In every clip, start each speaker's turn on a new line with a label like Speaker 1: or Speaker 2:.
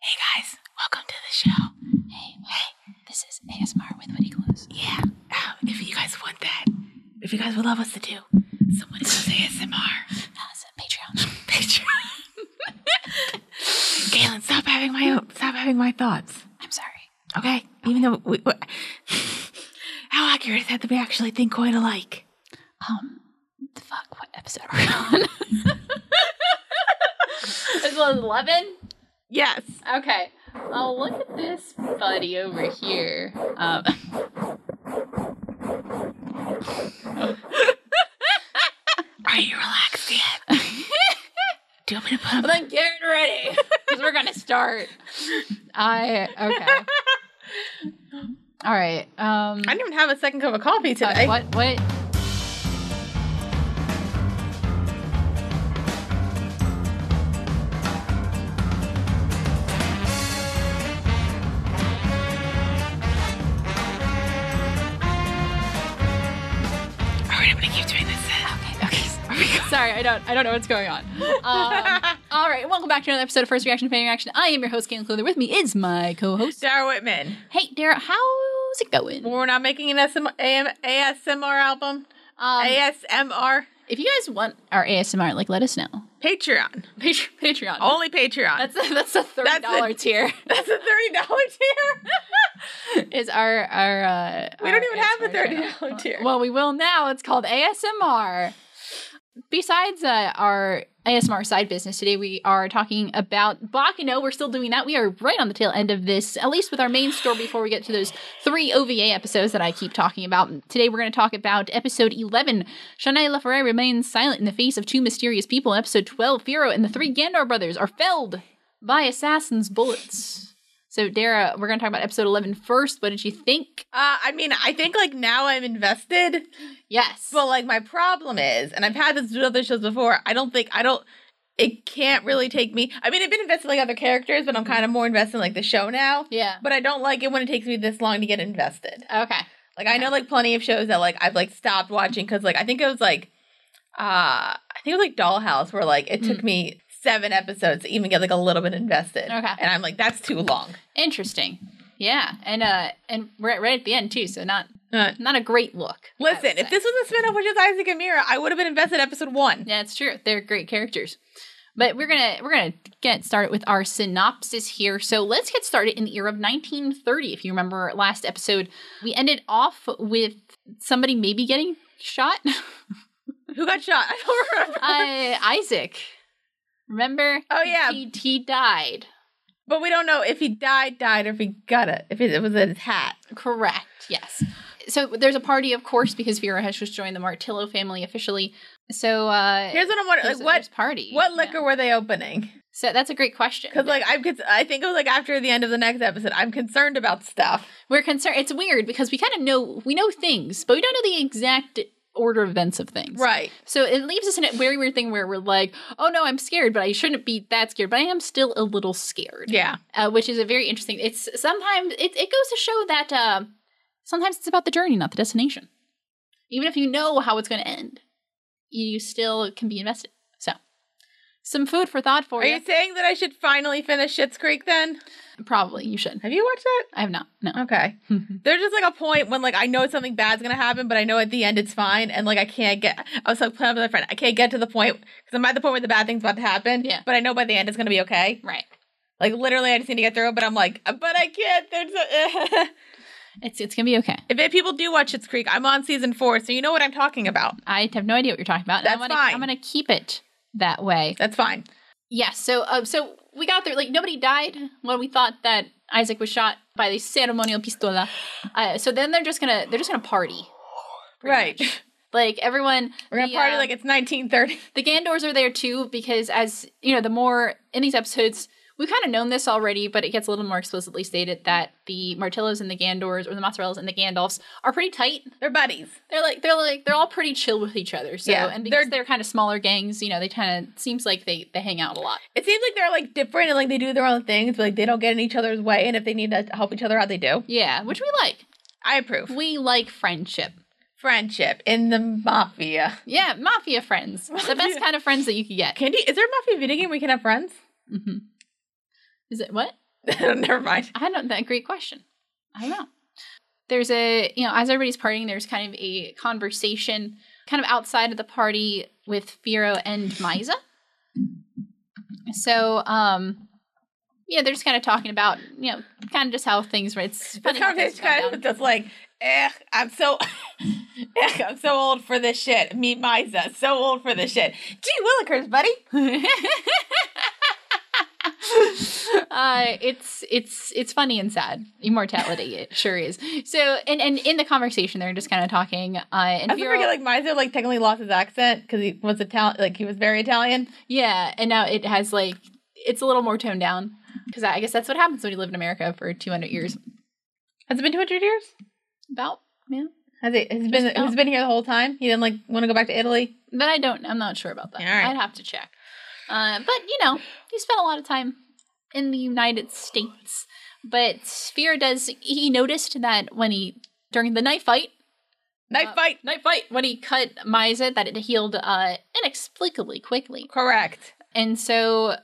Speaker 1: Hey guys, welcome to the show.
Speaker 2: Hey, hey, this is ASMR with Woody Close.
Speaker 1: Yeah, um, if you guys want that, if you guys would love us to do, someone does ASMR.
Speaker 2: Uh, it's a Patreon.
Speaker 1: Patreon. Galen, stop having my stop having my thoughts.
Speaker 2: I'm sorry.
Speaker 1: Okay, even though we, we, how accurate is that that we actually think quite alike?
Speaker 2: Um, the fuck, what episode are we on?
Speaker 3: This was 11?
Speaker 1: Yes.
Speaker 3: Okay. Oh, look at this buddy over here. Um,
Speaker 1: Are you relaxed yet? do you want me to put on?
Speaker 3: well, then get ready because we're going to start. I, okay. All right. Um,
Speaker 1: I didn't even have a second cup of coffee
Speaker 3: uh,
Speaker 1: today.
Speaker 3: what, what?
Speaker 1: All right, I'm gonna keep doing this. Then.
Speaker 2: Okay, okay.
Speaker 3: Sorry, I don't, I don't know what's going on. Um, all right. Welcome back to another episode of First Reaction to Fan Reaction. I am your host, Caitlin Clother. With me is my co-host.
Speaker 1: Sarah Whitman.
Speaker 3: Hey, Dara, how's it going?
Speaker 1: We're not making an SM, AM, ASMR album.
Speaker 3: Um,
Speaker 1: ASMR
Speaker 3: if you guys want our ASMR, like, let us know.
Speaker 1: Patreon.
Speaker 3: Patr- Patreon.
Speaker 1: Only Patreon.
Speaker 3: That's a, that's a thirty
Speaker 1: That's
Speaker 3: dollar
Speaker 1: a-
Speaker 3: tier.
Speaker 1: That's a thirty dollar tier.
Speaker 3: Is our our uh,
Speaker 1: We don't
Speaker 3: our
Speaker 1: even have a
Speaker 3: ASMR
Speaker 1: thirty
Speaker 3: channel.
Speaker 1: dollar tier.
Speaker 3: Well, we will now. It's called ASMR. Besides uh, our ASMR side business today, we are talking about Bakano. We're still doing that. We are right on the tail end of this, at least with our main story. Before we get to those three OVA episodes that I keep talking about today, we're going to talk about episode eleven. Shanae LaFerre remains silent in the face of two mysterious people. In episode twelve, Firo and the three Gandor brothers are felled by assassins' bullets. So, Dara, we're going to talk about episode 11 first. What did you think?
Speaker 4: Uh, I mean, I think like now I'm invested,
Speaker 3: Yes.
Speaker 4: but like my problem is, and I've had this with other shows before. I don't think I don't. It can't really take me. I mean, I've been invested in like other characters, but I'm kind of more invested in like the show now.
Speaker 3: yeah.
Speaker 4: But I don't like it when it takes me this long to get invested.
Speaker 3: Okay.
Speaker 4: Like I know like plenty of shows that like I've like stopped watching because like I think it was like, uh, I think it was like Dollhouse where like it
Speaker 3: Mm.
Speaker 4: took me seven episodes to even get like a little bit invested.
Speaker 3: Okay.
Speaker 4: and I'm like that's too long.
Speaker 3: Interesting. Yeah. And uh and we're at, right at the end too, so not
Speaker 4: Uh,
Speaker 3: not a great look. I would
Speaker 4: Listen, if
Speaker 3: say.
Speaker 4: this was a spin-off with just Isaac and Mira, I would have been invested episode one.
Speaker 3: Yeah, it's true. They're great characters. But we're gonna we're gonna get started with our synopsis here. So let's get started in the year of 1930. If you remember last episode, we ended off with somebody maybe getting shot.
Speaker 4: Who got shot? I don't remember.
Speaker 3: uh, Isaac. Remember?
Speaker 4: Oh, yeah.
Speaker 3: He, he died.
Speaker 4: but we don't know if he died, died, or if he got it. If it was in his hat.
Speaker 3: Correct. Yes. So there's a party, of course, because Vera has just joined the Martillo family officially. So uh,
Speaker 4: Here's what I'm wondering:
Speaker 3: there's-
Speaker 4: like,
Speaker 3: there's
Speaker 4: what
Speaker 3: party?
Speaker 4: what
Speaker 3: Yeah.
Speaker 4: liquor were they opening?
Speaker 3: So that's a great question.
Speaker 4: Because like I'm, cons- I think it was like after the end of the next episode. I'm concerned about stuff.
Speaker 3: We're concerned. It's weird because we kind of know we know things, but we don't know the exact order of events of things.
Speaker 4: Right.
Speaker 3: So it leaves us in a very weird thing where we're like, oh no, I'm scared, but I shouldn't be that scared, but I am still a little scared.
Speaker 4: Yeah.
Speaker 3: Uh, which is a very interesting. It's sometimes it, it goes to show that uh, sometimes it's about the journey, not the destination. Even if you know how it's going to end, you still can be invested. So, some food for thought for
Speaker 4: Are you saying that I should finally finish Shit's Creek? Then
Speaker 3: Probably you should.
Speaker 4: have you watched that?
Speaker 3: I have not. No.
Speaker 4: Okay. There's just like a point when like I know something bad's gonna happen, but I know at the end it's fine, and like I can't get. I was like playing with my friend. I can't get to the point because I'm at the point where the bad thing's about to happen.
Speaker 3: Yeah.
Speaker 4: But I know by the end it's gonna be okay.
Speaker 3: right.
Speaker 4: Like literally, I just need to get through it. But I'm like, "Uh, but I can't. There's a,
Speaker 3: It's it's gonna be okay.
Speaker 4: if it- people do watch Schitt's Creek, I'm on season four, so you know what I'm talking about.
Speaker 3: I have no idea what you're talking about. and
Speaker 4: That's
Speaker 3: I'm gonna,
Speaker 4: fine.
Speaker 3: I'm gonna keep it that way.
Speaker 4: That's fine.
Speaker 3: Yes. So um, so we got there. Like nobody died when we thought that Isaac was shot by the ceremonial pistola. Uh, so then they're just gonna they're just gonna party.
Speaker 4: right.
Speaker 3: Like everyone,
Speaker 4: We're gonna
Speaker 3: the,
Speaker 4: party
Speaker 3: um,
Speaker 4: like it's 1930.
Speaker 3: the Gandors are there too because as you know, the more in these episodes, we've kind of known this already, but it gets a little more explicitly stated that the Martillos and the Gandors, or the Mozzarellas and the Gandalfs, are pretty tight.
Speaker 4: They're buddies.
Speaker 3: They're like they're like they're all pretty chill with each other. So
Speaker 4: Yeah,
Speaker 3: and because they're,
Speaker 4: they're-
Speaker 3: kind of smaller gangs, you know, they kind of seems like they they hang out a lot.
Speaker 4: It seems like they're like different and like they do their own things, but like they don't get in each other's way. And if they need to help each other out, they do.
Speaker 3: Yeah, which we like.
Speaker 4: I approve.
Speaker 3: We like friendship.
Speaker 4: Friendship in the mafia.
Speaker 3: Yeah, mafia friends. The best kind of friends that you could get.
Speaker 4: Candy, is there a mafia video game we can have friends?
Speaker 3: hmm Is it what?
Speaker 4: Never mind.
Speaker 3: I don't. That great question. I don't know. There's a you know as everybody's partying, there's kind of a conversation kind of outside of the party with Firo and Miza. So um, yeah, they're just kind of talking about you know kind of just how things. Right, it's
Speaker 4: This
Speaker 3: funny how things
Speaker 4: conversation
Speaker 3: go
Speaker 4: kind
Speaker 3: down.
Speaker 4: of just like, eh, I'm so, eh, I'm so old for this shit. Meet Misa, so old for this shit. Gee willikers, buddy.
Speaker 3: uh, it's it's it's funny and sad. Immortality, it sure is. So, and and in the conversation, they're just kind of talking. Uh, and
Speaker 4: I also
Speaker 3: Firo-
Speaker 4: forget like Misa like technically lost his accent because he was Italian, like he was very Italian.
Speaker 3: yeah, and now it has like it's a little more toned down because I guess that's what happens when you live in America for two hundred years.
Speaker 4: Has it been 200 years?
Speaker 3: About yeah,
Speaker 4: Has it? Has it been? Has it been here the whole time? He didn't like want to go back to Italy.
Speaker 3: but I don't. I'm not sure about that.
Speaker 4: All right.
Speaker 3: I'd have to check. Uh, but you know, he spent a lot of time in the United States. But Sphere does. He noticed that when he during the knife fight.
Speaker 4: Night
Speaker 3: Uh,
Speaker 4: fight.
Speaker 3: Night fight when he cut Miza that it healed uh, inexplicably quickly.
Speaker 4: Correct.
Speaker 3: And so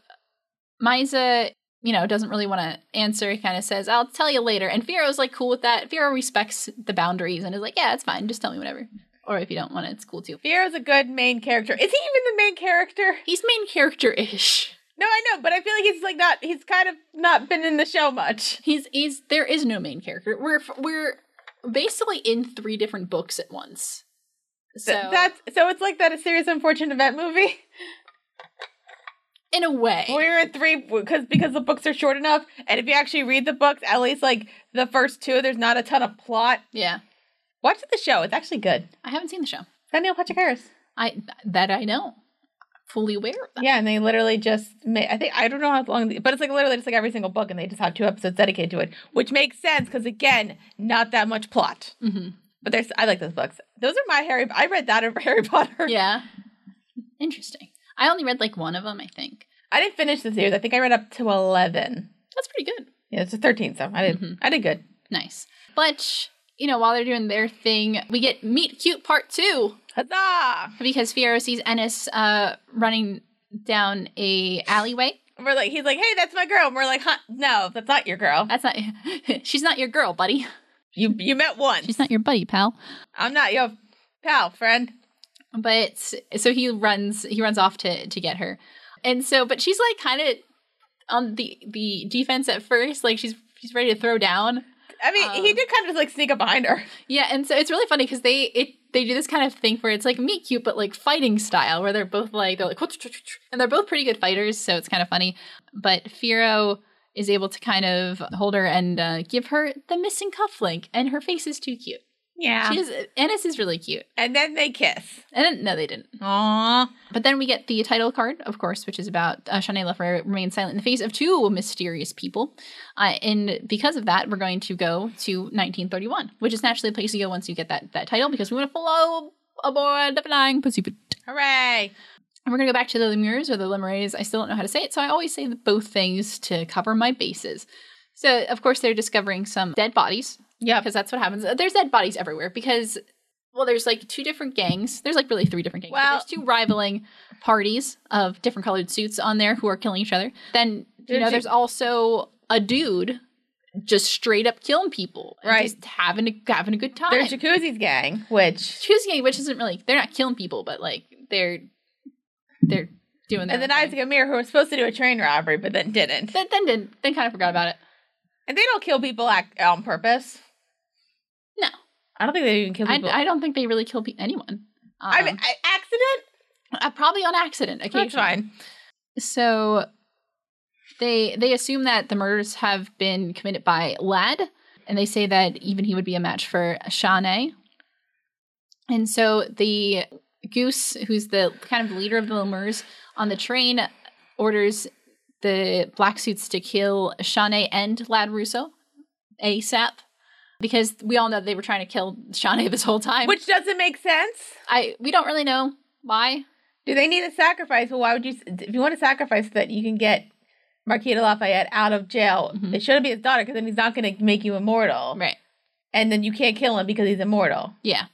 Speaker 3: Miza, you know, doesn't really want to answer. He kind of says, I'll tell you later. And Firo's like cool with that. Firo respects the boundaries and is like, yeah, it's fine. Just tell me whatever. Or if you don't want it, it's cool too.
Speaker 4: Fiero's a good main character. Is he even the main character?
Speaker 3: He's main character ish.
Speaker 4: No, I know, but I feel like he's like not. He's kind of not been in the show much.
Speaker 3: He's, he's, there is no main character. We're, we're basically in three different books at once. So
Speaker 4: Th- that's so it's like that a serious unfortunate event movie.
Speaker 3: in a way,
Speaker 4: We were in three because because the books are short enough, and if you actually read the books, at least like the first two, there's not a ton of plot.
Speaker 3: yeah,
Speaker 4: Watch the show; it's actually good. Is
Speaker 3: I haven't seen the show.
Speaker 4: that Neil Patrick Harris.
Speaker 3: I, that I know. Fully aware of that.
Speaker 4: Yeah, and they literally just made. I think I don't know how long, but it's like literally just like every single book, and they just have two episodes dedicated to it, which makes sense because again, not that much plot.
Speaker 3: hmm
Speaker 4: But there's I like those books. Those are my Harry. I read that over Harry Potter.
Speaker 3: Yeah. Interesting. I only read like one of them, I think.
Speaker 4: I didn't finish the series. I think I read up to eleven.
Speaker 3: That's pretty good.
Speaker 4: Yeah, it's a thirteen, so I did.
Speaker 3: Mhm.
Speaker 4: I did good.
Speaker 3: Nice. But, you know, while they're doing their thing, we get Meet Cute Part 2
Speaker 4: Huzzah!
Speaker 3: because Fiero sees Ennis uh, running down a alleyway.
Speaker 4: And we're like, he's like, hey, that's my girl. And we're like, huh? No, that's not your girl.
Speaker 3: That's not, she's not your girl, buddy.
Speaker 4: You you met once.
Speaker 3: She's not your buddy, pal.
Speaker 4: I'm not your pal, friend.
Speaker 3: But so he runs, he runs off to, to get her. And so, but she's like kind of on the, the defense at first. Like she's, she's ready to throw down.
Speaker 4: I mean, he
Speaker 3: Um,
Speaker 4: did kind of just like sneak up behind her.
Speaker 3: Yeah, and so it's really funny because they it they do this kind of thing where it's like meet cute but like fighting style where they're both like they're like and they're both pretty good fighters, so it's kind of funny. But Firo is able to kind of hold her and uh, give her the missing cufflink, and her face is too cute.
Speaker 4: Yeah.
Speaker 3: She is Ennis is really cute,
Speaker 4: and then they kiss.
Speaker 3: and then, no, they didn't.
Speaker 4: Aww.
Speaker 3: But then we get the title card, of course, which is about uh, Shanae Leffer remains silent in the face of two mysterious people. Uh, and because of that, we're going to go to 1931, which is naturally the place to go once you get that, that title because we want to flow aboard the flying pursuit.
Speaker 4: Hooray.
Speaker 3: And we're going to go back to the Lemures or the Lemures. I still don't know how to say it, so I always say both things to cover my bases. So, of course, they're discovering some dead bodies
Speaker 4: Yep.
Speaker 3: because that's what happens. Uh, There's dead bodies everywhere because, well, there's like two different gangs. There's like really three different gangs. but
Speaker 4: Well-
Speaker 3: there's two rivaling parties of different colored suits on there who are killing each other. Then you
Speaker 4: Did
Speaker 3: know,
Speaker 4: you-
Speaker 3: there's also a dude just straight up killing people, and
Speaker 4: Right.
Speaker 3: Just having a having a good time.
Speaker 4: There's Jacuzzi's gang, which.
Speaker 3: Choosing gang, which isn't really they're not killing people, but like they're they're doing that.
Speaker 4: And then Isaac Amir, who was supposed to do a train robbery, but then didn't.
Speaker 3: then then didn't then kind of forgot about it.
Speaker 4: And they don't kill people ac- on purpose.
Speaker 3: No.
Speaker 4: I don't think they even kill
Speaker 3: I,
Speaker 4: people.
Speaker 3: I don't think they really kill pe- anyone. Um,
Speaker 4: I mean, I, accident?
Speaker 3: uh, probably on accident. Occasionally.
Speaker 4: That's fine.
Speaker 3: So they they assume that the murders have been committed by Lad, and they say that even he would be a match for Shawnee. And so the Goose, who's the kind of leader of the Lemurs on the train, orders the black suits to kill Shawnee and Lad Russo ASAP. Because we all know they were trying to kill Shawnee this whole time.
Speaker 4: Which doesn't make sense.
Speaker 3: I we don't really know why.
Speaker 4: Do they need a sacrifice? Well, why would you? If you want to sacrifice that you can get Marquis de Lafayette out of jail,
Speaker 3: Mhm.
Speaker 4: it shouldn't be his daughter because then he's not going to make you immortal,
Speaker 3: Right.
Speaker 4: and then you can't kill him because he's immortal.
Speaker 3: Yeah.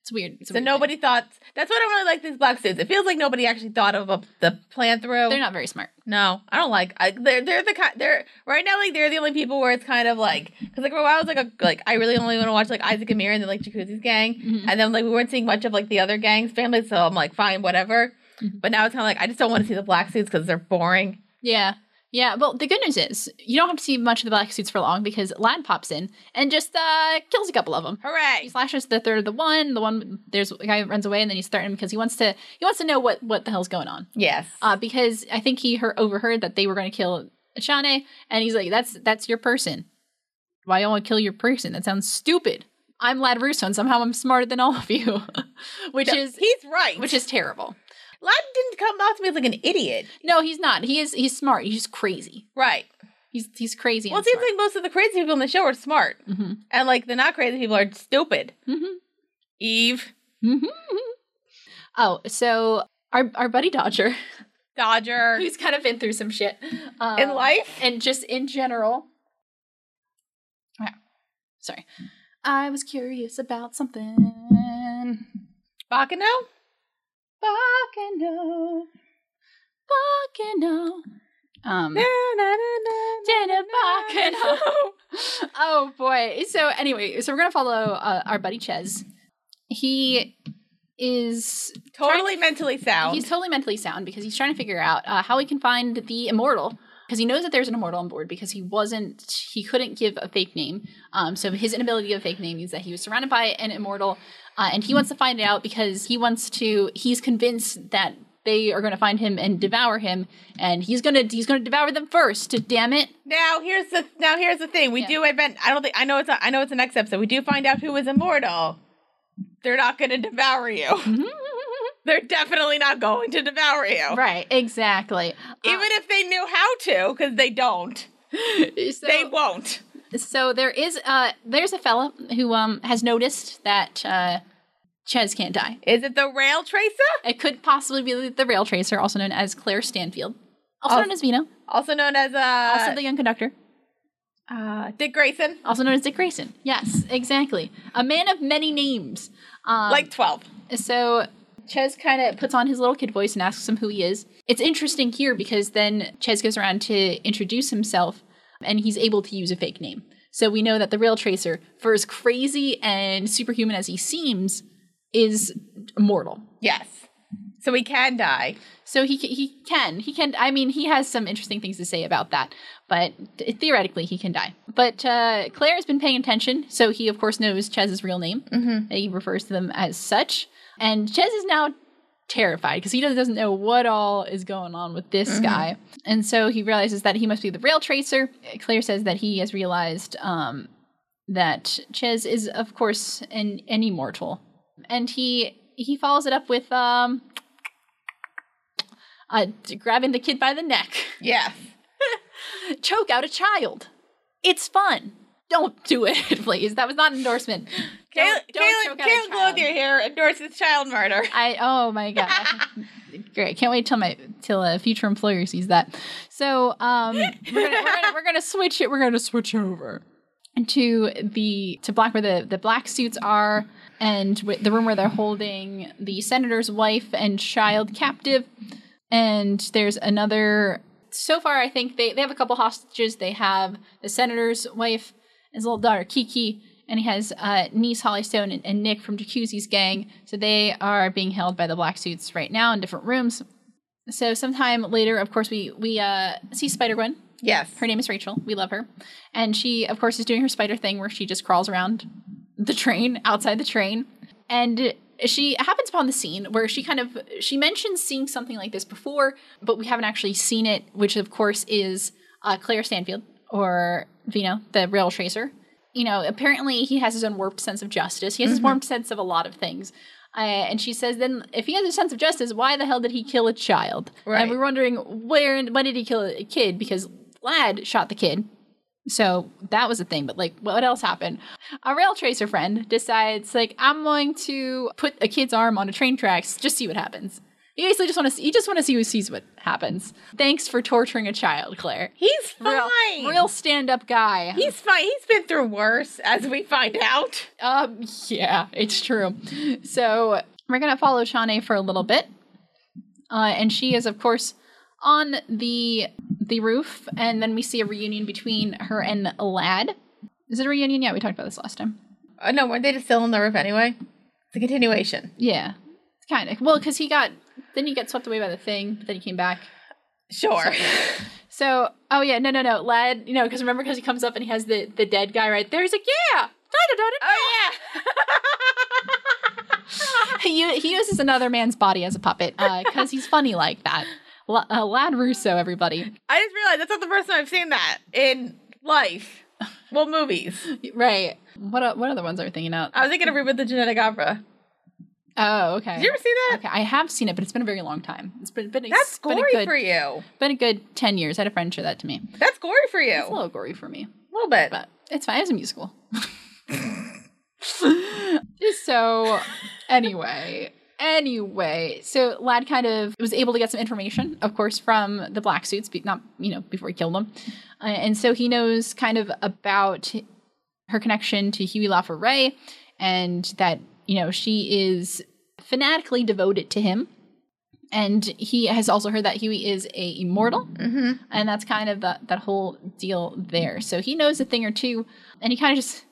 Speaker 3: It's weird. It's a
Speaker 4: So
Speaker 3: weird
Speaker 4: nobody thought that's what I really like these black suits. It feels like nobody actually thought of a, the plan through.
Speaker 3: thing. They're not very smart.
Speaker 4: No, I don't like. I, they're they're the kind. They're right now like they're the only people where it's kind of like because like for a while it was like a, like I really only want to watch like Isaac and Mira and then like Jacuzzi's gang,
Speaker 3: Mhm.
Speaker 4: and then like we weren't seeing much of like the other gangs' families, so I'm like fine, whatever.
Speaker 3: Mhm.
Speaker 4: But now it's kind of like I just don't want to see the black suits because they're boring.
Speaker 3: Yeah. Yeah. Well, the good news is you don't have to see much of the black suits for long because Lad pops in and just uh, kills a couple of them. He
Speaker 4: Hooray!
Speaker 3: slashes the third of the one. The one there's a guy who runs away and then he's threatened because he wants to he wants to know what what the hell's going on.
Speaker 4: Yes.
Speaker 3: Uh, because I think he heard, overheard that they were going to kill Shane, and he's like, "That's that's your person. Why you want to kill your person? That sounds stupid." I'm Lad Russo, and somehow I'm smarter than all of you, which
Speaker 4: No,
Speaker 3: is
Speaker 4: he's right.
Speaker 3: which is terrible.
Speaker 4: Lad didn't come off to me as like an idiot.
Speaker 3: No, he's not. He is he's smart. He's just crazy.
Speaker 4: Right.
Speaker 3: He's he's crazy.
Speaker 4: well, it
Speaker 3: and
Speaker 4: seems like most of the crazy people in the show are smart,
Speaker 3: smart. Mhm.
Speaker 4: and like the not crazy people are stupid.
Speaker 3: Mhm.
Speaker 4: Eve
Speaker 3: Mhm. oh, so our our buddy Dodger,
Speaker 4: Dodger
Speaker 3: who's kind of been through some shit um,
Speaker 4: in life.
Speaker 3: and just in general. Yeah. Sorry, I was curious about something.
Speaker 4: Bacano.
Speaker 3: Bacano, Bacano. Um,
Speaker 4: Na, na, na, na,
Speaker 3: Jenna Bacano. oh boy. So anyway, so we're gonna follow uh, our buddy Ches. He is
Speaker 4: totally mentally sound.
Speaker 3: He's totally mentally sound because he's trying to figure out uh, how he can find the immortal because he knows that there's an immortal on board because he wasn't he couldn't give a fake name. Um, so his inability to give a fake name means that he was surrounded by an immortal, uh, and he wants to find it out because he wants to. He's convinced that they are going to find him and devour him, and he's gonna he's gonna devour them first. Damn it!
Speaker 4: now here's the now here's the thing. We
Speaker 3: Yeah.
Speaker 4: do event. I don't think I know it's a, I know it's the next episode. We do find out who is immortal. They're not going to devour you. They're definitely not going to devour you.
Speaker 3: right, exactly.
Speaker 4: Even if they knew how to, because they don't,
Speaker 3: Um, so-
Speaker 4: they won't.
Speaker 3: so there is uh there's a fella who um has noticed that uh Ches can't die.
Speaker 4: Is it the rail tracer?
Speaker 3: It could possibly be the rail tracer, also known as Claire Stanfield, also
Speaker 4: Als-
Speaker 3: known as Vino,
Speaker 4: Also known as
Speaker 3: also
Speaker 4: uh,
Speaker 3: the young conductor,
Speaker 4: uh Dick Grayson,
Speaker 3: also known as Dick Grayson. Yes, exactly. A man of many names. Um,
Speaker 4: like twelve.
Speaker 3: so. Ches kind of puts on his little kid voice and asks him who he is. It's interesting here because then Ches goes around to introduce himself and he's able to use a fake name. So we know that the rail tracer, for as crazy and superhuman as he seems, is mortal.
Speaker 4: Yes. So we can die.
Speaker 3: So he c- he can he can I mean he has some interesting things to say about that, but th- theoretically he can die. But uh, Claire has been paying attention, so he of course knows Chez's real name. Mm-hmm. He refers to them as such, and Chez is now terrified because he doesn't- doesn't know what all is going on with this guy, and so he realizes that he must be the rail tracer. Claire says that he has realized um, that Chez is of course an an immortal, and he he follows it up with um uh, d- grabbing the kid by the neck,
Speaker 4: Yes.
Speaker 3: choke out a child. It's fun. Don't do it, please. That was not an endorsement.
Speaker 4: Kayla,
Speaker 3: Don't, don't
Speaker 4: Kayla,
Speaker 3: choke out a
Speaker 4: Kayla
Speaker 3: child.
Speaker 4: Glothier here endorses child murder.
Speaker 3: I oh my god. Great. Can't wait till my till a future employer sees that. So um we're gonna, we're, gonna, we're gonna switch it. We're gonna switch over to the to black where the the black suits are and with the room where they're holding the senator's wife and child captive. And there's another. So far, I think they they have a couple hostages. They have the senator's wife, his little daughter Kiki, and he has uh, niece Holly Stone and, and Nick from Jacuzzi's gang. So they are being held by the black suits right now in different rooms. So sometime later, of course, we we uh, see Spider Gwen.
Speaker 4: Yes.
Speaker 3: Her name is Rachel. We love her, and she, of course, is doing her spider thing where she just crawls around the train outside the train, and she happens upon the scene where she kind of she mentions seeing something like this before, but we haven't actually seen it, which of course is uh, Claire Stanfield or Vino, the rail tracer. You know, apparently he has his own warped sense of justice. He has his warped sense of a lot of things. Uh, and she says, then if he has a sense of justice, why the hell did he kill a child?
Speaker 4: Right.
Speaker 3: And we're wondering where and when did he kill a kid? Because Lad shot the kid. So that was a thing, but like, what else happened? A rail tracer friend decides, like, I'm going to put a kid's arm on a train tracks, just see what happens. You basically just want to see. You just want to see who sees what happens. Thanks for torturing a child, Claire.
Speaker 4: He's
Speaker 3: Real,
Speaker 4: fine.
Speaker 3: real stand-up guy.
Speaker 4: He's fine. He's been through worse, as we find out.
Speaker 3: Um, yeah, it's true. So we're gonna follow Shawnee for a little bit, uh, and she is, of course, on the the roof. And then we see a reunion between her and Lad. Is it a reunion? Yeah, we talked about this last time.
Speaker 4: Uh, no, weren't they just still on the roof anyway? It's a continuation.
Speaker 3: Yeah, kind of. Well, because he got then he got swept away by the thing, but then he came back.
Speaker 4: Sure.
Speaker 3: So, oh yeah, no, no, no, Lad. You know, because remember, because he comes up and he has the the dead guy right there. He's like, yeah, da da da da.
Speaker 4: oh
Speaker 3: he, u- he uses another man's body as a puppet because he's funny like that. L- uh, Lad Russo, everybody.
Speaker 4: yeah. I just realized that's not the first time I've seen that in life. Well, movies.
Speaker 3: Right. What o- what other ones are we thinking of?
Speaker 4: I was thinking of Reba the Genetic Opera.
Speaker 3: Oh, okay.
Speaker 4: Did you ever see that?
Speaker 3: okay, I have seen it, but it's been a very long time. It's been been a,
Speaker 4: That's
Speaker 3: been a
Speaker 4: gory
Speaker 3: good,
Speaker 4: for you.
Speaker 3: Been a good ten years. I had a friend show that to me.
Speaker 4: That's gory for you.
Speaker 3: It's a little gory for me,
Speaker 4: a little bit.
Speaker 3: but it's fine. It's a musical. so, anyway. Anyway, so Lad kind of was able to get some information, of course, from the black suits, be- not, you know, before he killed them. Uh, and so he knows kind of about her connection to Huey LaFerre and that, you know, she is fanatically devoted to him. And he has also heard that Huey is a immortal.
Speaker 4: Mhm.
Speaker 3: And that's kind of the, that whole deal there. So he knows a thing or two. And he kind of just,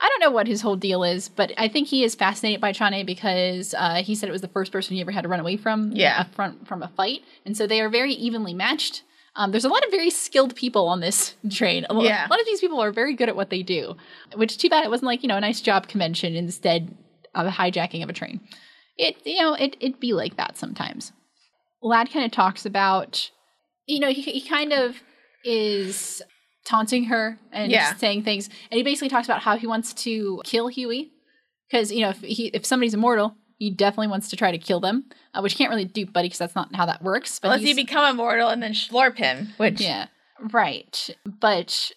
Speaker 3: I don't know what his whole deal is, but I think he is fascinated by Chane because uh, he said it was the first person he ever had to run away from
Speaker 4: Yeah.
Speaker 3: a front from a fight. And so they are very evenly matched. Um, there's a lot of very skilled people on this train. A lo-
Speaker 4: Yeah.
Speaker 3: a lot of these people are very good at what they do, which too bad it wasn't like, you know, a nice job convention instead of a hijacking of a train. It, you know, it, it'd be like that sometimes. Lad kind of talks about, you know, he, he kind of is taunting her and
Speaker 4: Yeah.
Speaker 3: just saying things. And he basically talks about how he wants to kill Huey because you know if he if somebody's immortal, he definitely wants to try to kill them, uh, which you can't really do, buddy, because that's not how that works. But
Speaker 4: Unless you
Speaker 3: he's-
Speaker 4: become immortal and then slurp him, which
Speaker 3: yeah, right. But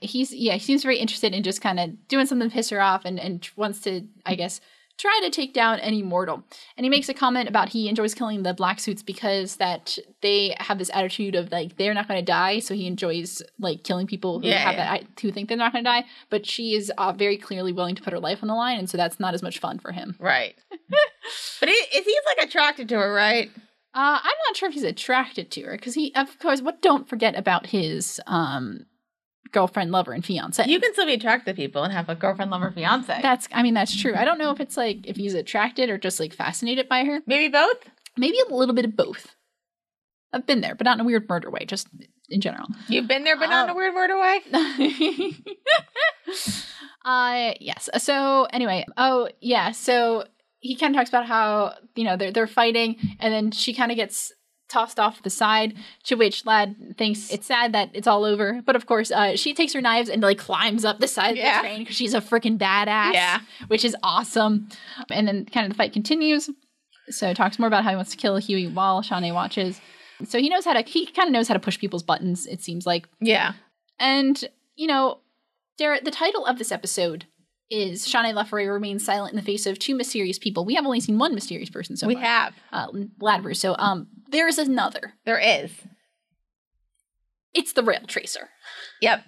Speaker 3: he's yeah, he seems very interested in just kind of doing something to piss her off and and wants to I guess try to take down any mortal. And he makes a comment about he enjoys killing the black suits because that they have this attitude of like they're not going to die, so he enjoys like killing people who
Speaker 4: Yeah,
Speaker 3: have
Speaker 4: yeah.
Speaker 3: that who think they're not going to die. But she is uh, very clearly willing to put her life on the line, and so that's not as much fun for him.
Speaker 4: right. but it, it he's like attracted to her, right?
Speaker 3: Uh, I'm not sure if he's attracted to her because he, of course, what don't forget about his um, girlfriend, lover, and fiance.
Speaker 4: You can still be attracted to people and have a girlfriend, lover, fiance.
Speaker 3: that's, I mean, that's true. I don't know if it's like if he's attracted or just like fascinated by her.
Speaker 4: Maybe both.
Speaker 3: Maybe a little bit of both. I've been there, but not in a weird murder way, just in general.
Speaker 4: You've been there, but not in a weird word away.
Speaker 3: uh yes so anyway oh yeah so he kind of talks about how you know they're, they're fighting and then she kind of gets tossed off the side to which lad thinks it's sad that it's all over but of course uh, she takes her knives and like climbs up the side of
Speaker 4: Yeah.
Speaker 3: the train because she's a freaking badass
Speaker 4: Yeah.
Speaker 3: which is awesome and then kind of the fight continues so it talks more about how he wants to kill huey while shawnee watches so he knows how to he kind of knows how to push people's buttons it seems like
Speaker 4: Yeah.
Speaker 3: and, you know, Derek, the title of this episode is Shawnee LaFerre remains silent in the face of two mysterious people. We have only seen one mysterious person so
Speaker 4: we
Speaker 3: far.
Speaker 4: have.
Speaker 3: uh, Ladver. So um, there's another.
Speaker 4: There is.
Speaker 3: It's the rail tracer.
Speaker 4: Yep.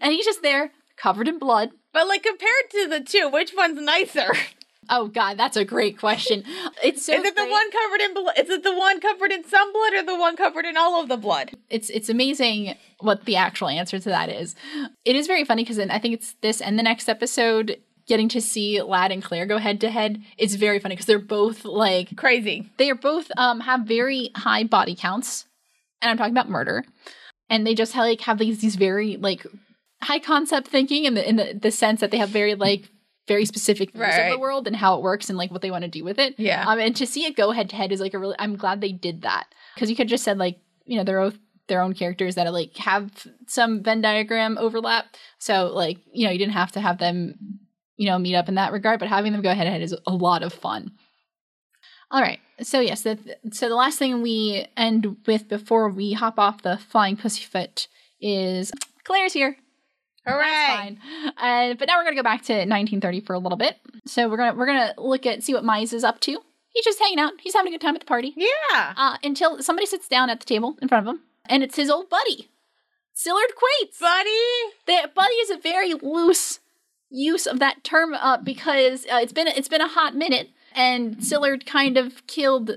Speaker 3: And he's just there, covered in blood.
Speaker 4: But like compared to the two, which one's nicer?
Speaker 3: Oh, God, that's a great question. It's so
Speaker 4: is it the
Speaker 3: great.
Speaker 4: one covered in blood? Is it the one covered in some blood or the one covered in all of the blood?
Speaker 3: It's, it's amazing what the actual answer to that is. It is very funny because I think it's this and the next episode. Getting to see Lad and Claire go head to head is very funny because they're both like
Speaker 4: Crazy.
Speaker 3: they are both um have very high body counts and i'm talking about murder and they just like have these these very like high concept thinking in the in the, the sense that they have very like very specific views of
Speaker 4: Right.
Speaker 3: the world and how it works and like what they want to do with it
Speaker 4: Yeah.
Speaker 3: um and to see it go head to head is like a really i'm glad they did that because you could just said like you know they're both their own characters that like have some venn diagram overlap so like you know you didn't have to have them you know meet up in that regard but having them go head to head is a lot of fun all right. So yes, the, so the last thing we end with before we hop off the flying pussyfoot is Claire's here.
Speaker 4: Hooray.
Speaker 3: Fine. Uh, but now we're gonna go back to 1930 for a little bit. So we're gonna we're gonna look at see what Mize is up to He's just hanging out. He's having a good time at the party.
Speaker 4: Yeah.
Speaker 3: Uh, until somebody sits down at the table in front of him, and it's his old buddy, Sillard Quates.
Speaker 4: Buddy.
Speaker 3: that buddy is a very loose use of that term uh, because uh, it's been it's been a hot minute, and Sillard kind of killed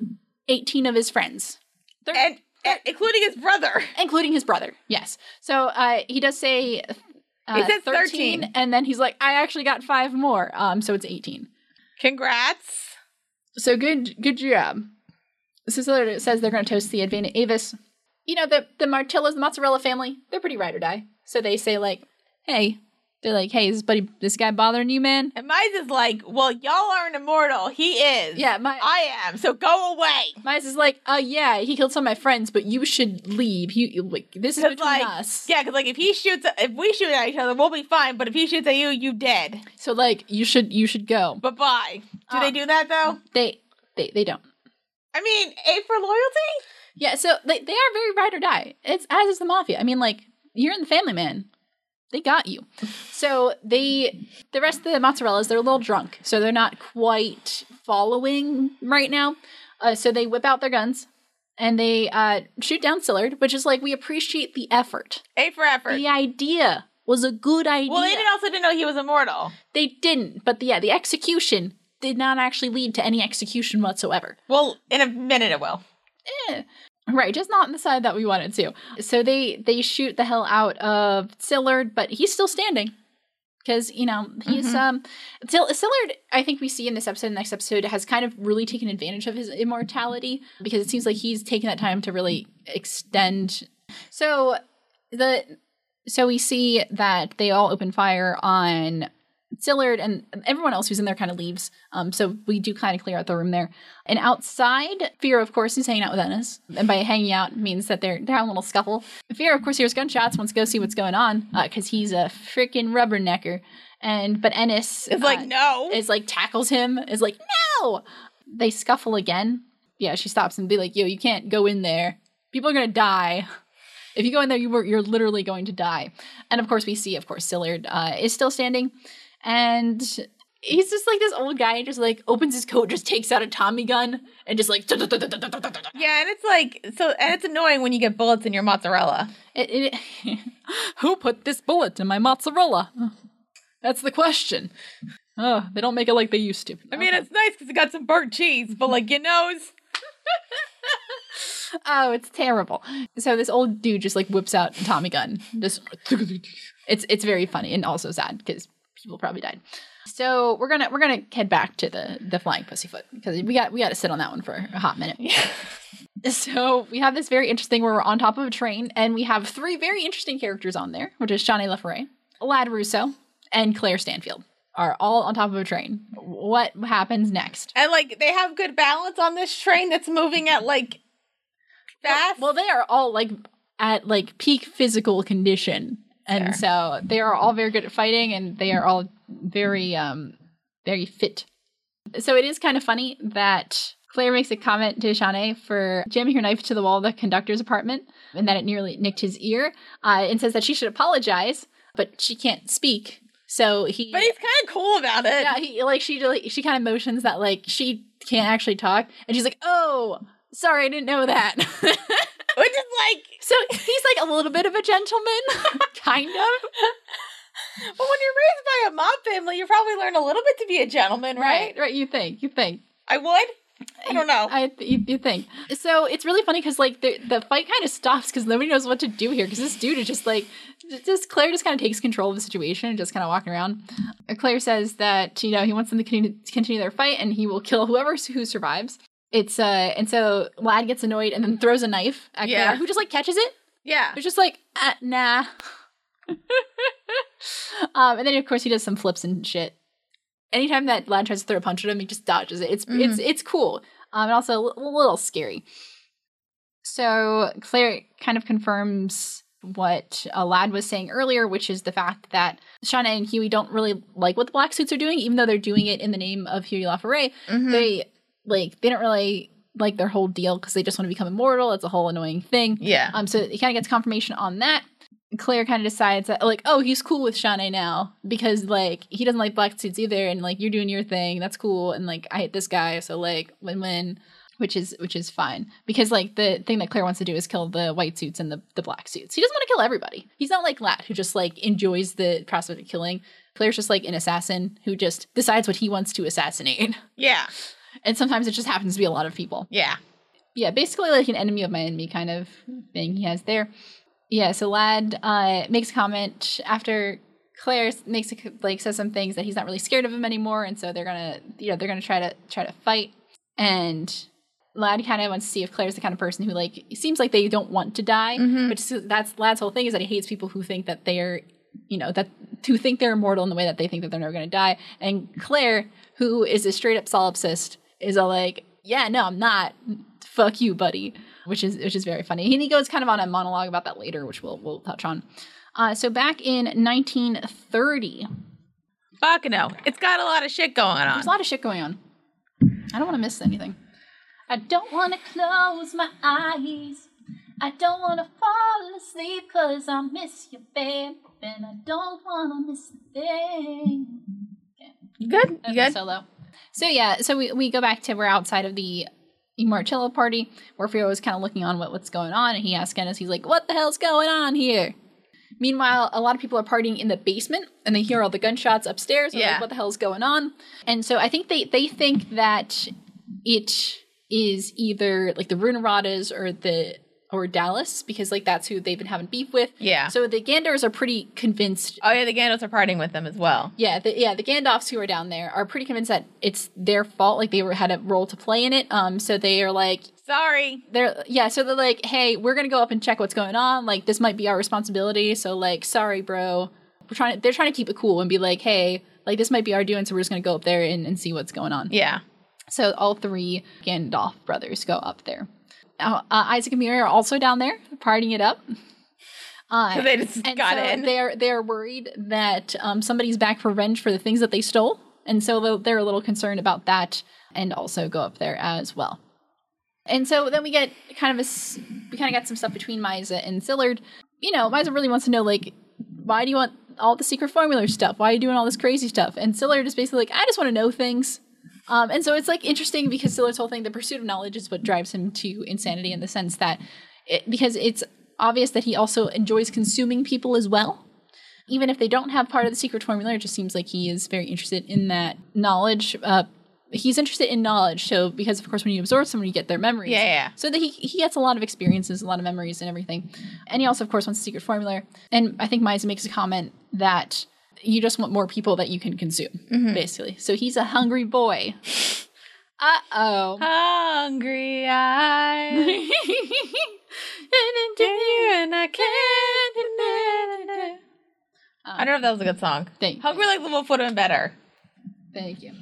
Speaker 3: eighteen of his friends, They're-
Speaker 4: And, and including his brother.
Speaker 3: including his brother. Yes, so uh, he does say. Uh,
Speaker 4: He says 13.
Speaker 3: and then he's like, "I actually got five more, um, so it's 18."
Speaker 4: Congrats.
Speaker 3: So good, good job. Sicily says they're going to toast the Advena Avis. You know the the Martillas, the mozzarella family. They're pretty ride or die. So they say like, "Hey," they're like, "Hey, is this buddy, this guy bothering you, man?"
Speaker 4: And Mize is like, well, y'all aren't immortal. He is.
Speaker 3: Yeah, my
Speaker 4: I am. So go away.
Speaker 3: Mize is like, "Uh, yeah, he killed some of my friends, but you should leave. He like, this is
Speaker 4: 'Cause,
Speaker 3: between
Speaker 4: like,
Speaker 3: us."
Speaker 4: Yeah, because like if he shoots, if we shoot at each other, we'll be fine. But if he shoots at you, you dead.
Speaker 3: So like, you should you should go.
Speaker 4: Bye bye. Do
Speaker 3: Oh.
Speaker 4: they do that though?
Speaker 3: They they they don't.
Speaker 4: Uh, I mean, A for loyalty.
Speaker 3: Yeah, so they they are very ride or die. It's as is the mafia. I mean, like you're in the family, man. They got you. So they the rest of the mozzarellas they're a little drunk, so they're not quite following right now. Uh, so they whip out their guns and they uh, shoot down Sillard, which is like we appreciate the effort.
Speaker 4: A for effort.
Speaker 3: The idea was a good idea.
Speaker 4: Well, they did also didn't know he was immortal.
Speaker 3: They didn't, but the, yeah, the execution did not actually lead to any execution whatsoever.
Speaker 4: Well, in a minute it will.
Speaker 3: Right, just not on the side that we wanted to. So they they shoot the hell out of Sillard, but he's still standing because you know he's
Speaker 4: Mhm.
Speaker 3: um Sill- Sillard. I think we see in this episode, and next episode, has kind of really taken advantage of his immortality because it seems like he's taken that time to really extend. So the so we see that they all open fire on Sillard and everyone else who's in there kind of leaves. Um, so we do kind of clear out the room there. And outside, Fear, of course, is hanging out with Ennis. And by hanging out means that they're, they're having a little scuffle. Fear, of course, hears gunshots, wants to go see what's going on because he's a freaking rubbernecker. And but Ennis
Speaker 4: It's like
Speaker 3: uh,
Speaker 4: no.
Speaker 3: is like tackles him, is like, no! They scuffle again. Yeah, she stops and be like, yo, you can't go in there. People are gonna die. If you go in there, you were, you're literally going to die. And of course, we see, of course, Sillard uh, is still standing. And he's just like this old guy, just like opens his coat, just takes out a Tommy gun, and just like. It,
Speaker 4: yeah, and it's like so, and it's annoying when you get bullets in your mozzarella.
Speaker 3: it, Who put this bullet in my mozzarella? That's the question. Oh, they don't make it like they used to.
Speaker 4: I mean, it's nice because it got some burnt cheese, but like your nose.
Speaker 3: Oh, it's terrible. So this old dude just like whips out a Tommy gun. Just it's it's very funny and also sad because people probably died. So we're gonna we're gonna head back to the the flying pussyfoot because we got we got to sit on that one for a hot minute. so we have this very interesting where we're on top of a train and we have three very interesting characters on there, which is Johnny LaFerre, Lad Russo, and Claire Stanfield are all on top of a train. What happens next?
Speaker 4: And like they have good balance on this train that's moving at like fast.
Speaker 3: Well, they are all like at like peak physical condition, and
Speaker 4: Fair.
Speaker 3: so they are all very good at fighting, and they are all very um very fit. So it is kind of funny that Claire makes a comment to Shawnee for jamming her knife to the wall of the conductor's apartment, and that it nearly nicked his ear, uh, and says that she should apologize, but she can't speak. So he,
Speaker 4: but he's kind of cool about it.
Speaker 3: yeah, he like she like, she kind of motions that like she can't actually talk, and she's like, "Oh, sorry, I didn't know that."
Speaker 4: Which is like
Speaker 3: So he's like a little bit of a gentleman, kind of.
Speaker 4: Well, when you're raised by a mob family, you probably learn a little bit to be a gentleman, right?
Speaker 3: Right, right. You think, you think,
Speaker 4: I would. I don't know.
Speaker 3: I you, you think. So it's really funny because like the the fight kind of stops because nobody knows what to do here because this dude is just like just Claire just kind of takes control of the situation and just kind of walking around. And Claire says that you know he wants them to continue, continue their fight and he will kill whoever s- who survives. It's uh and so Lad gets annoyed and then throws a knife at
Speaker 4: Yeah.
Speaker 3: Claire who just like catches it
Speaker 4: yeah.
Speaker 3: It's just like, uh, nah. um, and then of course he does some flips and shit. Anytime that lad tries to throw a punch at him, he just dodges it. It's it's it's cool. Um, and also a li- a little scary. So Claire kind of confirms what uh, Lad was saying earlier, which is the fact that Shauna and Huey don't really like what the black suits are doing, even though they're doing it in the name of Huey LaFerre
Speaker 4: Hmm.
Speaker 3: they like they don't really like their whole deal because they just want to become immortal. It's a whole annoying thing.
Speaker 4: yeah.
Speaker 3: Um, so he kind of gets confirmation on that. Claire kind of decides that, like, oh, he's cool with Shawnee now because, like, he doesn't like black suits either, and like, you're doing your thing, that's cool, and like, I hate this guy, so like, win-win, which is which is fine because like the thing that Claire wants to do is kill the white suits and the the black suits. He doesn't want to kill everybody. He's not like Lat who just like enjoys the prospect of killing. Claire's just like an assassin who just decides what he wants to assassinate,
Speaker 4: Yeah.
Speaker 3: and sometimes it just happens to be a lot of people
Speaker 4: Yeah.
Speaker 3: yeah, basically like an enemy of my enemy kind of thing he has there. Yeah, so Lad uh, makes a comment after Claire s- makes a, c- like says some things that he's not really scared of him anymore, and so they're gonna you know they're gonna try to try to fight. And Lad kind of wants to see if Claire's the kind of person who like it seems like they don't want to die,
Speaker 4: Mhm.
Speaker 3: which is, that's Lad's whole thing is that he hates people who think that they're you know that who think they're immortal in the way that they think that they're never going to die and claire who is a straight up solipsist is all like yeah no i'm not fuck you buddy which is which is very funny and he goes kind of on a monologue about that later which we'll we'll touch on uh, so back in 1930
Speaker 4: Fuck no. It's got a lot of shit going on.
Speaker 3: there's a lot of shit going on i don't want to miss anything i don't want to close my eyes i don't want to fall asleep because i miss you babe and i don't want to miss a thing
Speaker 4: You good?
Speaker 3: That
Speaker 4: You
Speaker 3: was
Speaker 4: good?
Speaker 3: solo. So yeah, so we, we go back to we're outside of the Marcello party. Morpheo is kind of looking on what, what's going on, and he asks Ennis, he's like, "What the hell's going on here?" Meanwhile, a lot of people are partying in the basement, and they hear all the gunshots upstairs. And yeah,
Speaker 4: Yeah.
Speaker 3: like, what the hell's going on? And so I think they they think that it is either like the Runeradas or the or Dallas because like that's who they've been having beef with.
Speaker 4: Yeah.
Speaker 3: So the Ganders are pretty convinced
Speaker 4: Oh yeah, the Gandals are partying with them as well.
Speaker 3: yeah, the, yeah, the Gandalfs who are down there are pretty convinced that it's their fault. Like they were had a role to play in it. Um, so they are like,
Speaker 4: Sorry.
Speaker 3: they're yeah, so they're like, hey, we're gonna go up and check what's going on. Like this might be our responsibility. So like, sorry, bro. We're trying. They're trying to keep it cool and be like, hey, like this might be our doing. So we're just gonna go up there and, and see what's going on.
Speaker 4: Yeah.
Speaker 3: So all three Gandalf brothers go up there. Uh, uh, Isaac and Miri are also down there partying it up. Uh,
Speaker 4: They just
Speaker 3: and
Speaker 4: got
Speaker 3: so
Speaker 4: in.
Speaker 3: They're they're worried that um, somebody's back for revenge for the things that they stole, and so they're- they're a little concerned about that, and also go up there as well. And so then we get kind of a s- we kind of got some stuff between Misa and Sillard. You know, Misa really wants to know like, why do you want all the secret formula stuff? Why are you doing all this crazy stuff? And Sillard is basically like, I just want to know things. Um, and so it's like interesting because Sillard's whole thing, the pursuit of knowledge, is what drives him to insanity in the sense that it, because it's obvious that he also enjoys consuming people as well. Even if they don't have part of the secret formula, it just seems like he is very interested in that knowledge. Uh, he's interested in knowledge, so because of course when you absorb someone, you get their memories.
Speaker 4: Yeah, yeah.
Speaker 3: So that he he gets a lot of experiences, a lot of memories, and everything. And he also, of course, wants a secret formula. And I think Mize makes a comment that you just want more people that you can consume,
Speaker 4: Mm-hmm.
Speaker 3: basically. So he's a hungry boy. uh oh.
Speaker 4: Hungry eyes. and I can't. I don't know if that was a good song.
Speaker 3: Thank-
Speaker 4: Hungry like Limo would have been better.
Speaker 3: Thank you.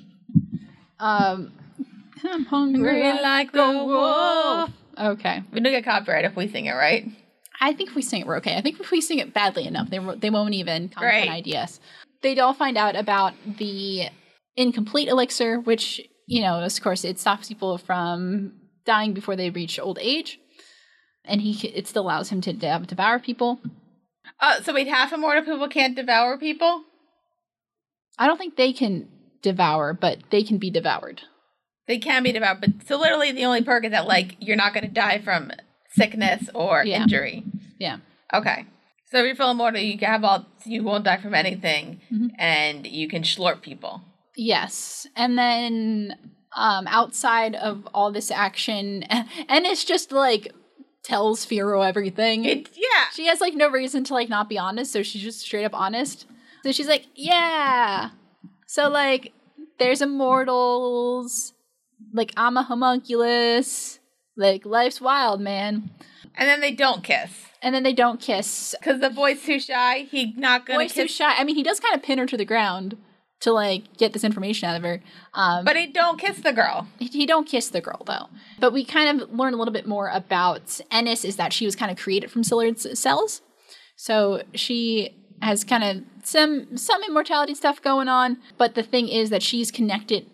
Speaker 3: Um, I'm hungry.
Speaker 4: like the wolf.
Speaker 3: Okay.
Speaker 4: We don't get copyright if we sing it, right?
Speaker 3: I think if we sing it, we're okay. I think if we sing it badly enough, they, wo- they won't even comment
Speaker 4: Right.
Speaker 3: on ideas. They'd all find out about the incomplete elixir, which, you know, of course, it stops people from dying before they reach old age. And he c- it still allows him to dev- devour people.
Speaker 4: Uh, so wait, half immortal people can't devour people?
Speaker 3: I don't think they can devour, but they can be devoured.
Speaker 4: They can be devoured, but so literally the only perk is that like you're not going to die from sickness or
Speaker 3: Yeah.
Speaker 4: injury.
Speaker 3: Yeah.
Speaker 4: Okay. So if you're full immortal, you can have all. You won't die from anything,
Speaker 3: Mhm.
Speaker 4: and you can slurp people.
Speaker 3: Yes. And then um outside of all this action, and it's just like tells Firo everything.
Speaker 4: It, yeah.
Speaker 3: she has like no reason to like not be honest, so she's just straight up honest. So she's like, yeah. So like, there's immortals. Like I'm a homunculus. Like life's wild, man.
Speaker 4: And then they don't kiss
Speaker 3: And then they don't kiss.
Speaker 4: because the boy's too shy. He not going
Speaker 3: Boy's
Speaker 4: to
Speaker 3: too
Speaker 4: kiss.
Speaker 3: shy. I mean, he does kind of pin her to the ground to like get this information out of her. Um,
Speaker 4: but he don't kiss the girl.
Speaker 3: he don't kiss the girl though. But we kind of learn a little bit more about Ennis is that she was kind of created from Sillard's cells. So she has kind of some some immortality stuff going on, but the thing is that she's connected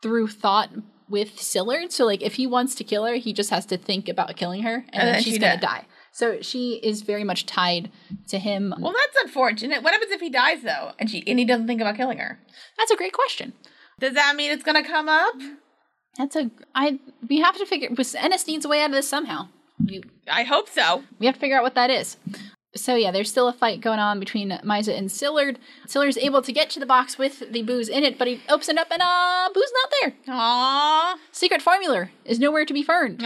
Speaker 3: through thought with Sillard. So like if he wants to kill her, he just has to think about killing her and,
Speaker 4: And
Speaker 3: then
Speaker 4: then
Speaker 3: she's
Speaker 4: she
Speaker 3: gonna
Speaker 4: die.
Speaker 3: die. So she is very much tied to him.
Speaker 4: Well, that's unfortunate. What happens if he dies though, and she and he doesn't think about killing her?
Speaker 3: That's a great question.
Speaker 4: Does that mean it's gonna come up?
Speaker 3: That's a I we have to figure but Ennis needs a way out of this somehow. We,
Speaker 4: I hope so.
Speaker 3: we have to figure out what that is. So yeah, there's still a fight going on between Misa and Sillard. Sillard's able to get to the box with the booze in it, but he opens it up and uh booze not there.
Speaker 4: Aww,
Speaker 3: Secret formula is nowhere to be found.
Speaker 4: aww.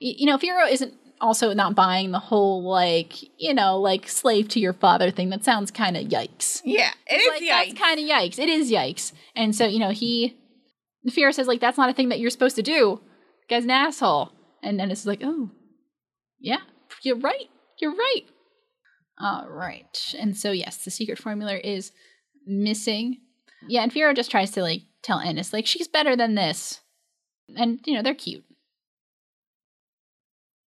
Speaker 3: Y- you know, Firo isn't also not buying the whole like, you know, like slave to your father thing. That sounds kind of yikes.
Speaker 4: Yeah, it is
Speaker 3: like
Speaker 4: yikes.
Speaker 3: that's kind of yikes. It is yikes. And so you know he, Fira says like that's not a thing that you're supposed to do. Guy's an asshole. And then it's like oh, yeah, you're right. You're right. All right. And so yes, the secret formula is missing. Yeah, and Fira just tries to like tell Ennis like she's better than this, and you know they're cute.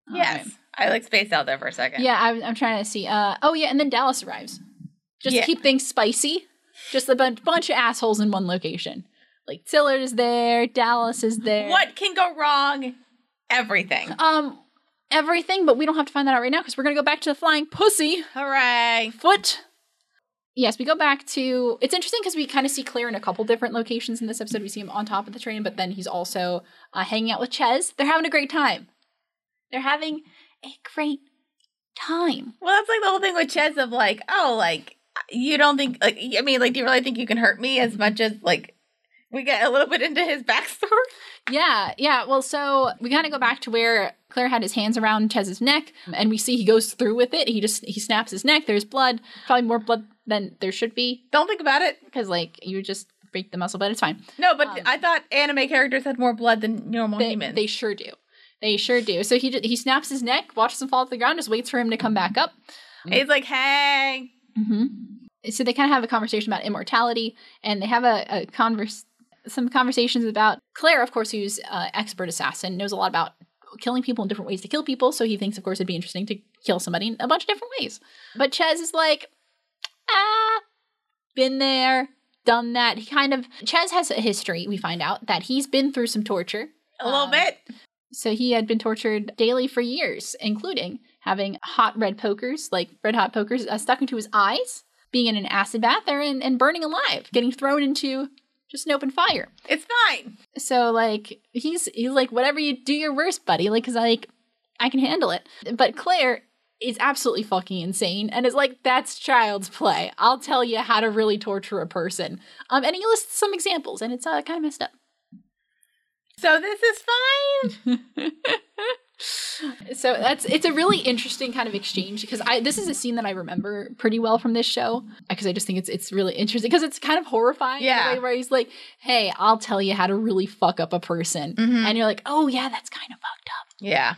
Speaker 3: All
Speaker 4: yes, I like spaced out there for a second.
Speaker 3: yeah, I'm, I'm trying to see. Uh, oh, yeah, and then Dallas arrives. Just
Speaker 4: Yeah.
Speaker 3: keep things spicy. Just a bunch, bunch of assholes in one location. Like Tillard is there, Dallas is there.
Speaker 4: What can go wrong? Everything.
Speaker 3: Um, everything, but we don't have to find that out right now because we're gonna go back to the flying pussy
Speaker 4: Hooray!
Speaker 3: foot. Yes, we go back to. It's interesting because we kind of see Claire in a couple different locations in this episode. We see him on top of the train, but then he's also uh, hanging out with Ches. They're having a great time. They're having a great time.
Speaker 4: Well, that's like the whole thing with Ches of like, oh, like you don't think like I mean, like, do you really think you can hurt me as much as like we get a little bit into his backstory?
Speaker 3: Yeah, yeah. Well, so we kind of go back to where Claire had his hands around Chez's neck, and we see he goes through with it. He just he snaps his neck. There's blood, probably more blood than there should be,
Speaker 4: Don't think about it.
Speaker 3: because like you just break the muscle, but it's fine.
Speaker 4: No, but
Speaker 3: Um,
Speaker 4: I thought anime characters had more blood than normal
Speaker 3: They,
Speaker 4: humans.
Speaker 3: they sure do. They sure do. So he ju- he snaps his neck, watches him fall to the ground, just waits for him to come back up.
Speaker 4: He's like, hey,
Speaker 3: hmm So they kind of have a conversation about immortality, and they have a, a converse, some conversations about Claire, of course, who's uh, expert assassin, knows a lot about killing people and different ways to kill people. So he thinks, of course, it'd be interesting to kill somebody in a bunch of different ways. But Ches is like, ah, been there, done that. He kind of Ches has a history. We find out that he's been through some torture.
Speaker 4: a little
Speaker 3: Um,
Speaker 4: bit.
Speaker 3: So he had been tortured daily for years, including having hot red pokers, like red hot pokers, uh, stuck into his eyes, being in an acid bath, there and, and burning alive, getting thrown into just an open fire.
Speaker 4: It's fine.
Speaker 3: So like he's he's like whatever you do your worst, buddy. Like because like I can handle it. But Claire is absolutely fucking insane and is like that's child's play. I'll tell you how to really torture a person. Um, and he lists some examples, and it's uh, kind of messed up.
Speaker 4: So this is fine.
Speaker 3: so that's it's a really interesting kind of exchange because I this is a scene that I remember pretty well from this show because I just think it's it's really interesting because it's kind of horrifying in a
Speaker 4: Yeah.
Speaker 3: way where he's like hey I'll tell you how to really fuck up a person and you're like oh yeah that's kind of fucked up
Speaker 4: Yeah.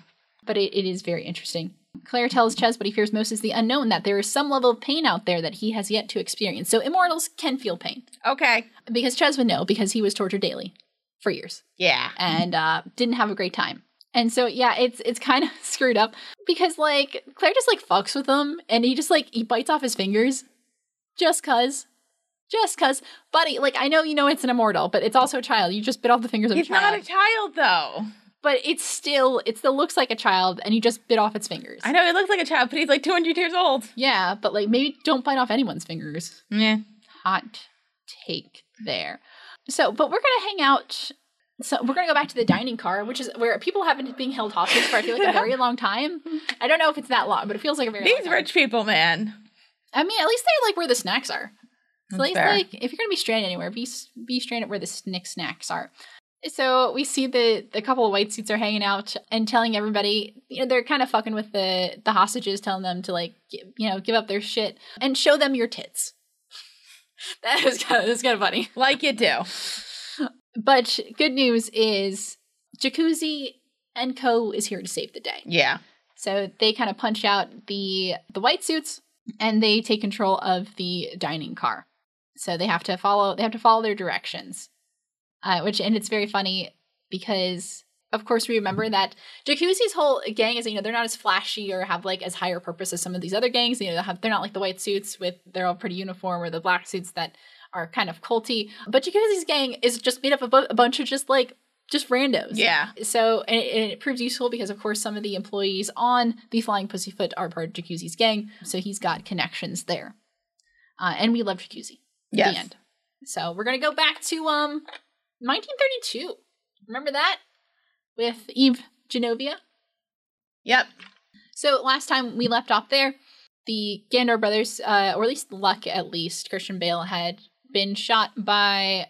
Speaker 3: but it, it is very interesting. Claire tells Ches what he fears most is the unknown that there is some level of pain out there that he has yet to experience so immortals can feel pain
Speaker 4: Okay.
Speaker 3: because Ches would know because he was tortured daily for years
Speaker 4: Yeah.
Speaker 3: and uh, didn't have a great time. And so yeah, it's it's kind of screwed up because like Claire just like fucks with him, and he just like he bites off his fingers, just cause, just cause, buddy. Like I know you know it's an immortal, but it's also a child. You just bit off the fingers of
Speaker 4: He's
Speaker 3: a child,
Speaker 4: not a child though.
Speaker 3: but it's still it still looks like a child, and you just bit off its fingers.
Speaker 4: I know he looks like a child, but he's like 200 years old.
Speaker 3: Yeah, but like maybe don't bite off anyone's fingers.
Speaker 4: Yeah.
Speaker 3: hot take there. So, but we're gonna hang out. So we're gonna go back to the dining car, which is where people have been being held hostage for I feel like a very long time. I don't know if it's that long, but it feels like a very. long
Speaker 4: These
Speaker 3: time.
Speaker 4: rich people, man.
Speaker 3: I mean, at least they're like where the snacks are. So at
Speaker 4: That's
Speaker 3: least
Speaker 4: fair.
Speaker 3: like if you're gonna be stranded anywhere, be s- be stranded where the snick snacks are. So we see the the couple of white suits are hanging out and telling everybody, you know, they're kind of fucking with the the hostages, telling them to like, gi- you know, give up their shit and show them your tits. that is kind of, that's kind of funny.
Speaker 4: Like you do.
Speaker 3: But good news is Jacuzzi and Co is here to save the day.
Speaker 4: Yeah.
Speaker 3: So they kind of punch out the the white suits and they take control of the dining car. So they have to follow they have to follow their directions. Uh, which and it's very funny because of course we remember that Jacuzzi's whole gang is you know they're not as flashy or have like as higher purpose as some of these other gangs. You know they have, they're not like the white suits with they're all pretty uniform or the black suits that are kind of culty. But Jacuzzi's gang is just made up of bu- a bunch of just like just randos.
Speaker 4: Yeah.
Speaker 3: So and it, and it proves useful because, of course, some of the employees on the Flying Pussyfoot are part of Jacuzzi's gang, so he's got connections there. Uh, and we love Jacuzzi.
Speaker 4: Yes.
Speaker 3: The end. So we're gonna go back to um 1932. Remember that with Eve Genovia.
Speaker 4: Yep.
Speaker 3: So last time we left off there, the Gandor brothers, uh, or at least Luck, at least Christian Bale had been shot by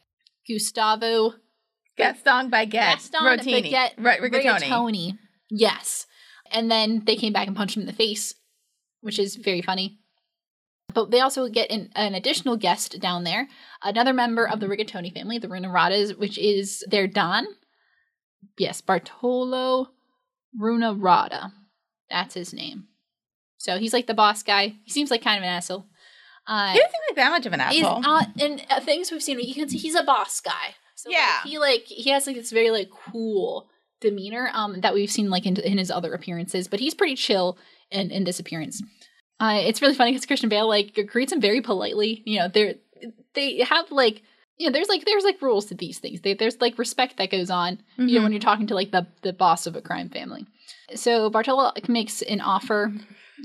Speaker 3: Gustavo
Speaker 4: Gaston baguette.
Speaker 3: Gaston
Speaker 4: Rotini.
Speaker 3: Baguette
Speaker 4: Right, rigatoni.
Speaker 3: Rigatoni. Yes. And then they came back and punched him in the face, which is very funny. But they also get an, an additional guest down there, another member of the Rigatoni family, the Runaradas, which is their Don. Yes, Bartolo Runarada. That's his name. So he's like the boss guy. He seems like kind of an asshole. Uh,
Speaker 4: He doesn't seem like that much of an
Speaker 3: He's
Speaker 4: asshole.
Speaker 3: uh, and uh, things we've seen, you can see he's a boss guy. So like,
Speaker 4: Yeah.
Speaker 3: he like he has like this very like cool demeanor um that we've seen like in, in his other appearances, but he's pretty chill in in this appearance. Uh, it's really funny because Christian Bale like greets him very politely. You know, they're they have like you know there's like there's like rules to these things. They, there's like respect that goes on you know when you're talking to like the the boss of a crime family so bartolo makes an offer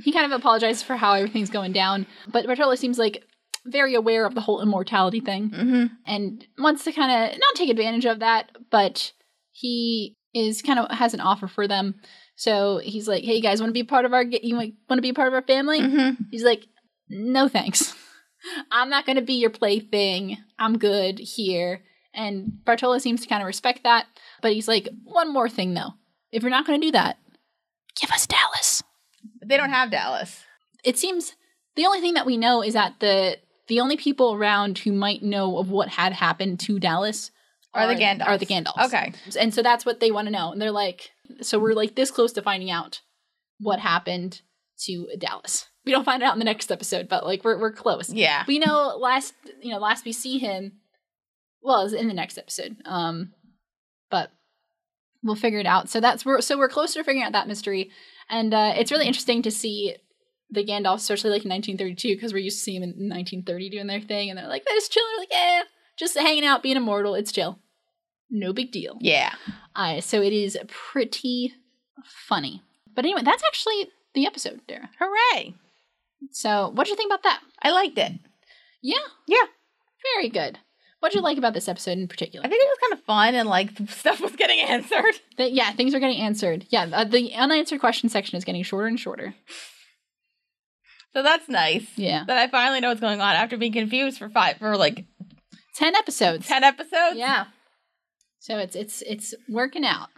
Speaker 3: he kind of apologizes for how everything's going down but bartolo seems like very aware of the whole immortality thing
Speaker 4: hmm
Speaker 3: and wants to kind of not take advantage of that but he is kind of has an offer for them so he's like hey you guys want to be part of our ga- you want to be a part of our family
Speaker 4: hmm
Speaker 3: He's like, no thanks. I'm not going to be your plaything. I'm good here. And Bartolo seems to kind of respect that. But he's like, one more thing though. If you're not going to do that, give us Dallas.
Speaker 4: They don't have Dallas.
Speaker 3: It seems the only thing that we know is that the the only people around who might know of what had happened to Dallas
Speaker 4: Are the Gandalfs.
Speaker 3: Are the Gandalfs.
Speaker 4: Okay.
Speaker 3: And so that's what they want to know. And they're like, so we're like this close to finding out what happened to Dallas. We don't find it out in the next episode, but like we're we're close.
Speaker 4: Yeah.
Speaker 3: We know last you know, last we see him well, it's in the next episode. Um but we'll figure it out. So that's we're so we're closer to figuring out that mystery. And uh it's really interesting to see the Gandalf, especially like in 1932, because we're used to seeing them in 1930 doing their thing, and they're like, "That's chill." They're like, "Yeah, just hanging out, being immortal. It's chill, no big deal."
Speaker 4: Yeah.
Speaker 3: Uh, so it is pretty funny. But anyway, that's actually the episode, Dara.
Speaker 4: Hooray.
Speaker 3: So what would you think about that?
Speaker 4: I liked it.
Speaker 3: Yeah.
Speaker 4: Yeah.
Speaker 3: Very good. What would you like about this episode in particular?
Speaker 4: I think it was kind of fun and like stuff was getting answered.
Speaker 3: That- yeah, things are getting answered. Yeah, uh, the unanswered question section is getting shorter and shorter.
Speaker 4: So that's nice.
Speaker 3: Yeah.
Speaker 4: That I finally know what's going on after being confused for five for like
Speaker 3: 10 episodes.
Speaker 4: ten episodes.
Speaker 3: Yeah. So it's it's it's working out.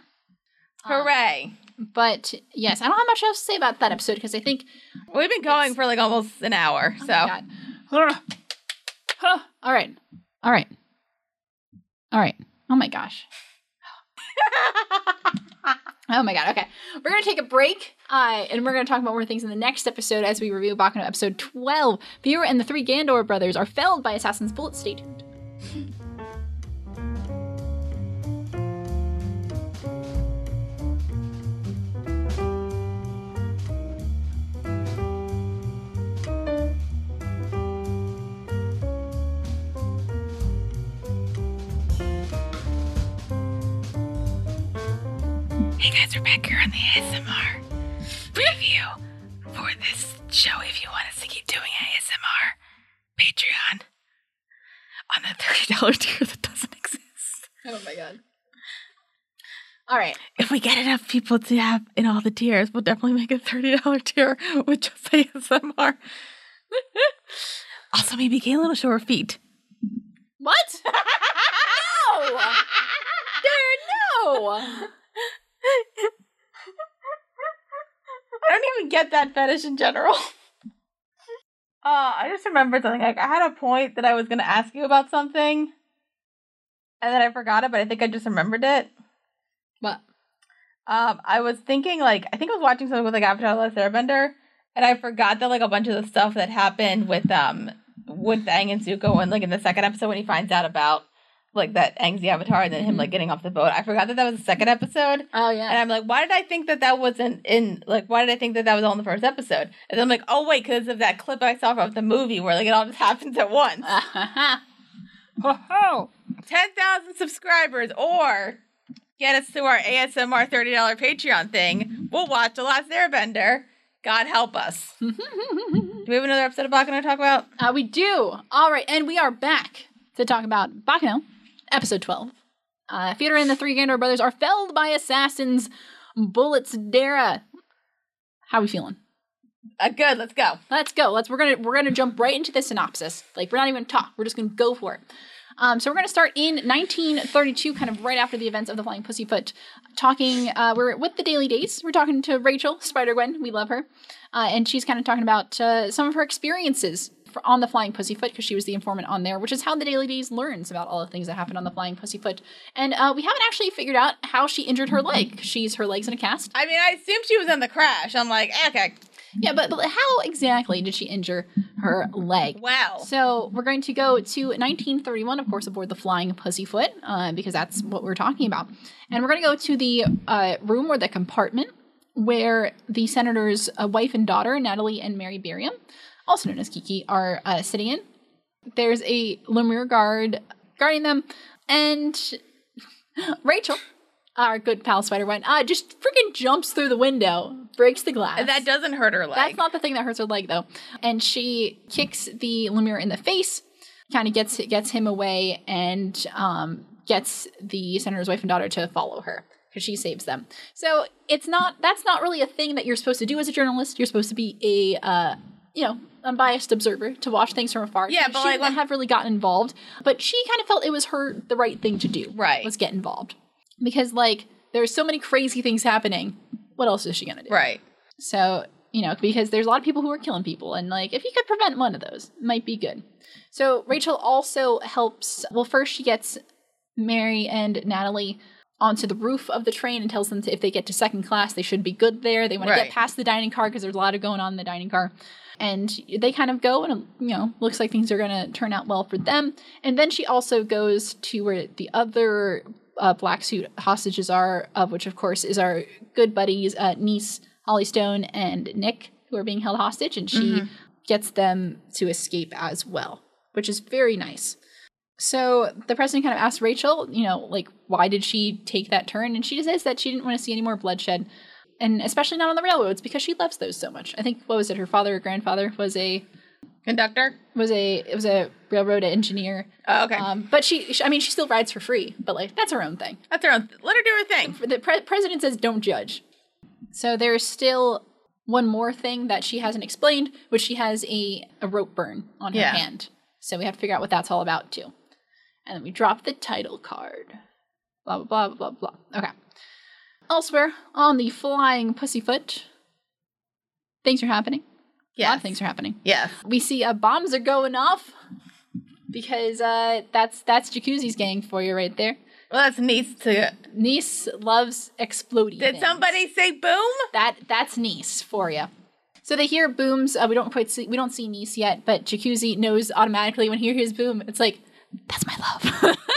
Speaker 3: Um,
Speaker 4: Hooray.
Speaker 3: But yes, I don't have much else to say about that episode because I think
Speaker 4: We've been going for like almost an hour. so
Speaker 3: Oh God. Huh. All right. All right. All right. Oh my gosh. oh my god. Okay. We're going to take a break uh, and we're going to talk about more things in the next episode as we review Bakano episode 12. Viewer and the three Gandor brothers are felled by assassin's bullets. Stay tuned.
Speaker 1: Hey guys, we're back here on the ASMR preview for this show. If you want us to keep doing ASMR, Patreon on the $30 tier that doesn't exist.
Speaker 3: Oh my god. All right.
Speaker 1: If we get enough people to have in all the tiers, we'll definitely make a $30 tier with just ASMR. also, maybe Kaylin will show her feet.
Speaker 3: What? no! There, no!
Speaker 4: I don't even get that fetish in general. Uh, I just remembered something. Like I had a point that I was gonna ask you about something, and then I forgot it. But I think I just remembered it.
Speaker 3: What?
Speaker 4: Um, I was thinking like I think I was watching something with like Avatar: The Last Airbender, and I forgot that like a bunch of the stuff that happened with um with Aang and Zuko, and like in the second episode when he finds out about like that Aang's the Avatar, and then him
Speaker 3: Mhm.
Speaker 4: like getting off the boat. I forgot that that was the second episode.
Speaker 3: Oh yeah.
Speaker 4: And I'm like, why did I think that that wasn't in? Like, why did I think that that was all in the first episode? And then I'm like, oh wait, because of that clip I saw of the movie where like it all just happens at once.
Speaker 3: Uh. Ah, ha, ha. Ho, ho.
Speaker 4: Ten thousand subscribers or get us to our ASMR $30 Patreon
Speaker 3: Mm-hmm.
Speaker 4: thing, we'll watch The Last Airbender. God help us. Do we have another episode of Bakano to talk about?
Speaker 3: Uh, we do. All right, and we are back to talk about Bakano, episode 12. Uh, Fyodor and the three Gandor brothers are felled by assassins. Bullets Dara. How we feeling?
Speaker 4: Uh, good, let's go.
Speaker 3: Let's go. Let's we're gonna we're gonna jump right into the synopsis. Like we're not even gonna talk. We're just gonna go for it. Um, so we're gonna start in 1932, kind of right after the events of the Flying Pussyfoot. Talking, uh, we're with the Daily Days. We're talking to Rachel Spider Gwen. We love her, uh, and she's kind of talking about uh, some of her experiences for, on the Flying Pussyfoot because she was the informant on there, which is how the Daily Days learns about all the things that happened on the Flying Pussyfoot. And uh, we haven't actually figured out how she injured her leg. She's her legs in a cast.
Speaker 4: I mean, I assume she was in the crash. I'm like, okay,
Speaker 3: Yeah, but, but how exactly did she injure her leg?
Speaker 4: wow.
Speaker 3: So we're going to go to 1931, of course, aboard the Flying Pussyfoot, uh, because that's what we're talking about. And we're going to go to the uh, room or the compartment where the senator's uh, wife and daughter, Natalie and Mary Berium, also known as Kiki, are uh, sitting in. There's a Lemur guard guarding them, and Rachel, our good pal Spider One, uh, just freaking jumps through the window, breaks the glass.
Speaker 4: That doesn't hurt her leg.
Speaker 3: That's not the thing that hurts her leg though. And she kicks the Lemur in the face, kind of gets gets him away, and um, gets the senator's wife and daughter to follow her because she saves them. So it's not that's not really a thing that you're supposed to do as a journalist. You're supposed to be a uh, you know unbiased observer to watch things from afar.
Speaker 4: Yeah, but,
Speaker 3: she
Speaker 4: like,
Speaker 3: wouldn't
Speaker 4: when-
Speaker 3: have really gotten involved. But she kind of felt it was her the right thing to do.
Speaker 4: Right.
Speaker 3: was get involved because like there's so many crazy things happening. What else is she gonna do?
Speaker 4: right.
Speaker 3: So, you know, because there's a lot of people who are killing people, and like if you could prevent one of those, it might be good. So Rachel also helps. Well, first she gets Mary and Natalie onto the roof of the train and tells them to, if they get to second class, they should be good there. They want to
Speaker 4: Right.
Speaker 3: get past the dining car because there's a lot of going on in the dining car. And they kind of go, and you know, looks like things are going to turn out well for them. And then she also goes to where the other uh, black suit hostages are, of which, of course, is our good buddies, uh, niece Holly Stone and Nick, who are being held hostage, and she gets them to escape as well, which is very nice. So the president kind of asked Rachel, you know, like, why did she take that turn? And she says that she didn't want to see any more bloodshed, and especially not on the railroads because she loves those so much. I think what was it? Her father or grandfather was a
Speaker 4: Conductor?
Speaker 3: was a it was a railroad engineer.
Speaker 4: Oh, okay.
Speaker 3: Um, but she, she, I mean, she still rides for free, but like that's her own thing
Speaker 4: That's her own. Let her do her thing.
Speaker 3: the pre- president says don't judge. So there's still one more thing that she hasn't explained, which she has a, a rope burn on her
Speaker 4: Yeah.
Speaker 3: hand. So we have to figure out what that's all about too. And then we drop the title card. Blah blah blah blah blah. Okay. Elsewhere on the flying pussyfoot, things are happening. A lot
Speaker 4: Yeah.
Speaker 3: of things are happening.
Speaker 4: Yes.
Speaker 3: We see uh, bombs are going off because uh, that's that's Jacuzzi's gang for you right there.
Speaker 4: Well, that's nice to.
Speaker 3: Nice loves exploding.
Speaker 4: Did
Speaker 3: things.
Speaker 4: somebody say boom?
Speaker 3: That that's Nice for you. So they hear booms. Uh, we don't quite see we don't see Nice yet, but Jacuzzi knows automatically when he hears boom. It's like that's my love.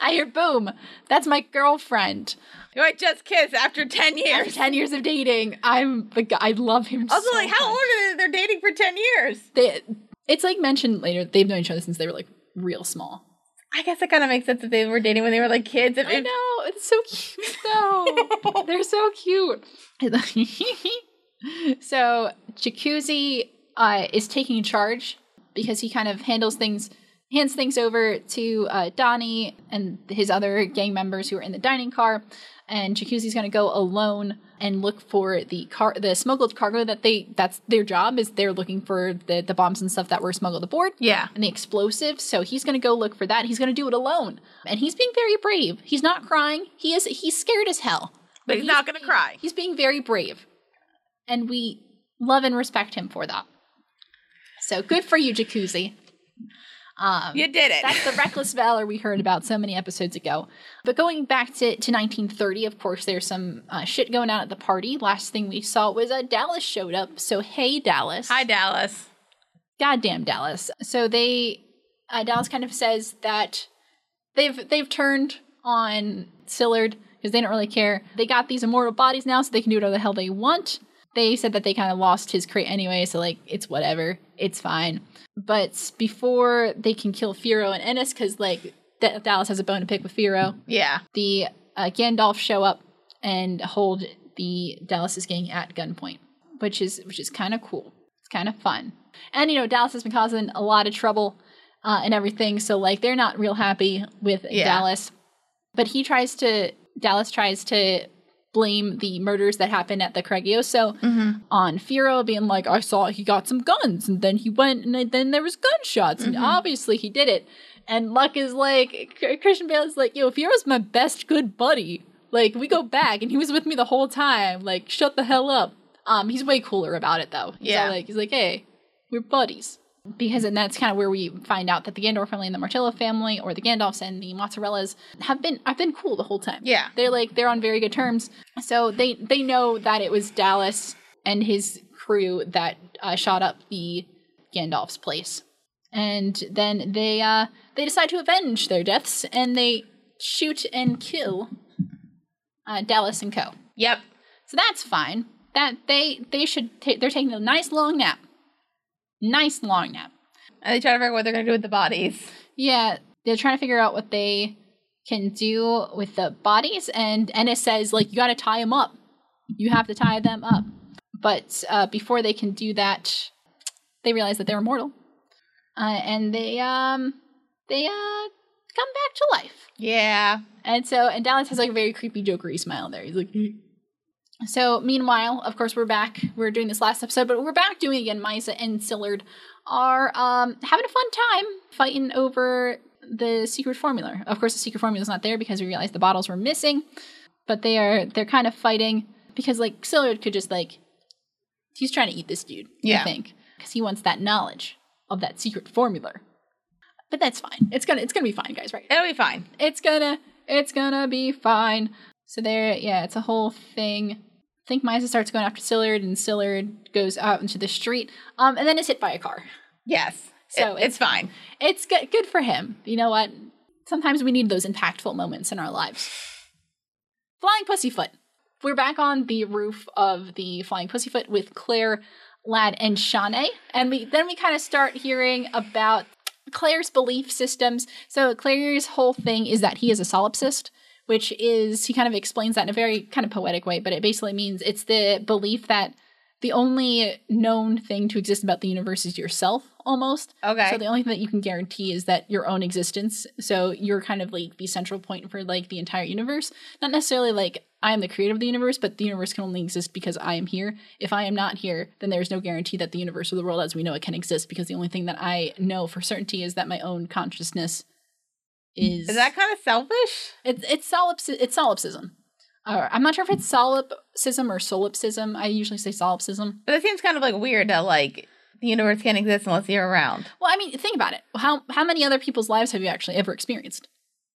Speaker 3: I hear boom. That's my girlfriend.
Speaker 4: Who I just kissed after 10
Speaker 3: After
Speaker 4: years.
Speaker 3: ten years of dating, I'm the guy. I love him.
Speaker 4: Also,
Speaker 3: so
Speaker 4: like, how
Speaker 3: much.
Speaker 4: old are they? They're dating for 10 years.
Speaker 3: They, it's like mentioned later. They've known each other since they were like real small.
Speaker 4: I guess it kind of makes sense if they were dating when they were like kids. If
Speaker 3: I
Speaker 4: it-
Speaker 3: know. It's so cute, though. They're so cute. so Jacuzzi uh, is taking charge because he kind of handles things, hands things over to uh, Donnie and his other gang members who are in the dining car. And Jacuzzi's going to go alone and look for the car, the smuggled cargo that they, that's their job is they're looking for the, the bombs and stuff that were smuggled aboard
Speaker 4: Yeah.
Speaker 3: and the explosives. So he's going to go look for that. He's going to do it alone, and he's being very brave. He's not crying. He is. He's scared as hell.
Speaker 4: But he's not going to cry.
Speaker 3: He's being very brave, and we love and respect him for that. So good for you, Jacuzzi. Um,
Speaker 4: You did it.
Speaker 3: that's the reckless valor we heard about so many episodes ago. But going back to, to 1930, of course, there's some uh, shit going on at the party. Last thing we saw was uh, Dallas showed up. So hey, Dallas.
Speaker 4: Hi, Dallas.
Speaker 3: goddamn Dallas. So they uh, Dallas kind of says that they've they've turned on Sillard because they don't really care. They got these immortal bodies now, so they can do whatever the hell they want. They said that they kind of lost his crate anyway, so like it's whatever, it's fine. But before they can kill Firo and Ennis, because like that Dallas has a bone to pick with Firo.
Speaker 4: Yeah.
Speaker 3: The uh, Gandalf show up and hold the Dallas is getting at gunpoint, which is which is kind of cool. It's kind of fun, and you know Dallas has been causing a lot of trouble uh, and everything, so like they're not real happy with
Speaker 4: Yeah.
Speaker 3: Dallas. But he tries to Dallas tries to blame the murders that happened at the Craigioso
Speaker 4: Mm-hmm.
Speaker 3: on Firo being like, I saw he got some guns, and then he went, and then there was gunshots, and
Speaker 4: Mhm.
Speaker 3: obviously he did it. And Luck is like, Cr- Christian Bale is like, yo, Firo's my best good buddy. Like, we go back, and he was with me the whole time. Like, shut the hell up. Um, he's way cooler about it though. He's all
Speaker 4: Yeah.
Speaker 3: like he's like, hey, we're buddies. Because and that's kind of where we find out that the Gandor family and the Martello family, or the Gandalfs and the Mozzarellas, have been I've been cool the whole time
Speaker 4: Yeah.
Speaker 3: they're like they're on very good terms so they they know that it was dallas and his crew that uh, shot up the gandalf's place and then they uh they decide to avenge their deaths and they shoot and kill uh, dallas and co
Speaker 4: Yep.
Speaker 3: so that's fine that they they should take they're taking a nice long nap nice long nap
Speaker 4: And they try to figure out what they're gonna do with the bodies.
Speaker 3: yeah, they're trying to figure out what they can do with the bodies, and Ennis says like you got to tie them up. You have to tie them up. But uh, before they can do that, they realize that they're immortal, uh, and they um they uh come back to life.
Speaker 4: Yeah.
Speaker 3: And so, and Dallas has like a very creepy jokery smile there. He's like. "Mm." So, meanwhile, of course, we're back. We We're doing this last episode, but we're back doing it again. Misa and Sillard are um, having a fun time fighting over the secret formula. Of course, the secret formula is not there because we realized the bottles were missing, but they are they're kind of fighting because like Sillard could just like he's trying to eat this dude. I
Speaker 4: Yeah.
Speaker 3: think because he wants that knowledge of that secret formula. But that's fine. It's gonna it's gonna be fine, guys. Right?
Speaker 4: It'll be fine.
Speaker 3: it's gonna it's gonna be fine so there yeah it's a whole thing i think misa starts going after sillard and sillard goes out into the street um and then is hit by a car
Speaker 4: Yes.
Speaker 3: So
Speaker 4: It- it's fine.
Speaker 3: it's good good for him you know what sometimes we need those impactful moments in our lives flying pussyfoot we're back on the roof of the flying pussyfoot with claire ladd and shawnee and we then we kind of start hearing about Claire's belief systems. So Claire's whole thing is that he is a solipsist, which is he kind of explains that in a very kind of poetic way, but it basically means it's the belief that the only known thing to exist about the universe is yourself almost.
Speaker 4: Okay.
Speaker 3: So the only thing that you can guarantee is that your own existence. So you're kind of like the central point for like the entire universe. Not necessarily like I am the creator of the universe, but the universe can only exist because I am here. If I am not here, then there's no guarantee that the universe or the world as we know it can exist because the only thing that I know for certainty is that my own consciousness is
Speaker 4: is that kind of selfish?
Speaker 3: it's it's solipsi- it's solipsism. Or I'm not sure if it's solipsism or solipsism. I usually say solipsism.
Speaker 4: But it seems kind of like weird that like the universe can't exist unless you're around.
Speaker 3: Well, I mean, think about it. How how many other people's lives have you actually ever experienced?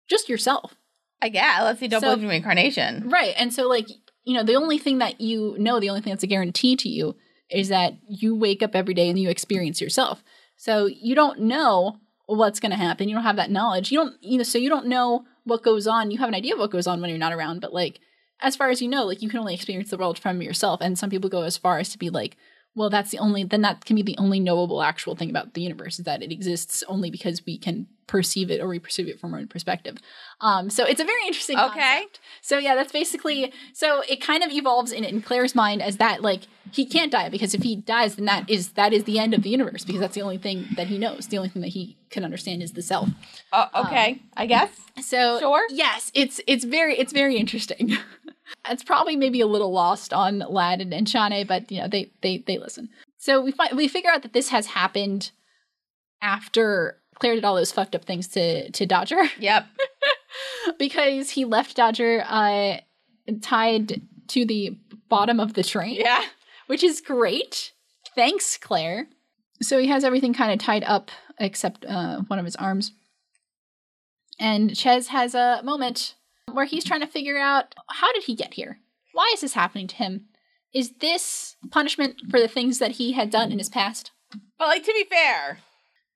Speaker 3: Just yourself.
Speaker 4: I guess unless you don't
Speaker 3: So-
Speaker 4: believe in reincarnation.
Speaker 3: Right. And so, like, you know, the only thing that you know, the only thing that's a guarantee to you is that you wake up every day and you experience yourself. So you don't know what's going to happen. You don't have that knowledge. You don't, you know, so you don't know what goes on. You have an idea of what goes on when you're not around, but like, as far as you know, like, you can only experience the world from yourself. And some people go as far as to be like, well, that's the only, then that can be the only knowable actual thing about the universe is that it exists only because we can perceive it or we perceive it from our own perspective. Um, so it's a very interesting
Speaker 4: Okay.
Speaker 3: concept. So yeah, that's basically so it kind of evolves in, in Claire's mind as that like he can't die because if he dies then that is that is the end of the universe because that's the only thing that he knows. The only thing that he can understand is the self.
Speaker 4: Oh, okay. I guess.
Speaker 3: So
Speaker 4: Sure.
Speaker 3: yes, it's it's very it's very interesting. it's probably maybe a little lost on Lad and, and Shane, but you know they they they listen. So we find we figure out that this has happened after Claire did all those fucked up things to to Dodger
Speaker 4: Yep.
Speaker 3: because he left Dodger uh, tied to the bottom of the train,
Speaker 4: Yeah.
Speaker 3: which is great. Thanks, Claire. So he has everything kind of tied up except uh, one of his arms. And Ches has a moment where he's trying to figure out how did he get here? Why is this happening to him? Is this punishment for the things that he had done in his past?
Speaker 4: But like to be fair.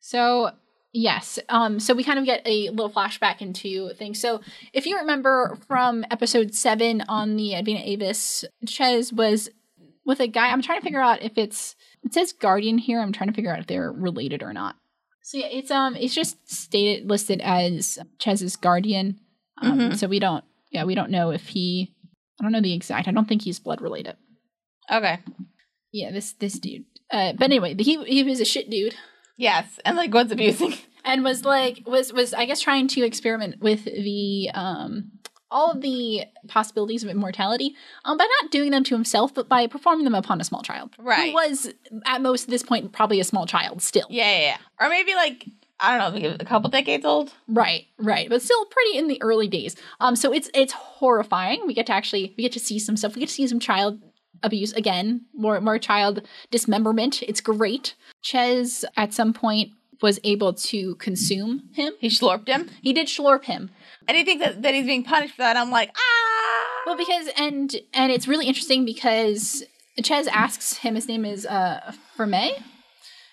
Speaker 3: So yes, um, so we kind of get a little flashback into things. So if you remember from episode seven on the Advina Avis, Ches was with a guy. I'm trying to figure out if it's it says guardian here. I'm trying to figure out if they're related or not. So yeah, it's um, it's just stated listed as Chez's guardian. Um,
Speaker 4: Mhm.
Speaker 3: So we don't, yeah, we don't know if he. I don't know the exact. I don't think he's blood related.
Speaker 4: Okay.
Speaker 3: Yeah, this this dude. Uh, but anyway, he he was a shit dude
Speaker 4: Yes, and like was abusing.
Speaker 3: and was like was was I guess trying to experiment with the um all of the possibilities of immortality um by not doing them to himself but by performing them upon a small child
Speaker 4: Right.
Speaker 3: who was at most at this point probably a small child still
Speaker 4: Yeah, yeah, yeah. Or maybe like I don't know, maybe a couple decades old.
Speaker 3: Right, right, but still pretty in the early days. Um, so it's it's horrifying. We get to actually we get to see some stuff. We get to see some child abuse again, more more child dismemberment. It's great. Ches at some point was able to consume him.
Speaker 4: He slurped him,
Speaker 3: He did slurp him.
Speaker 4: and he thinks that, that he's being punished for that. I'm like, ah.
Speaker 3: Well, because and and it's really interesting because Ches asks him. His name is uh Ferme.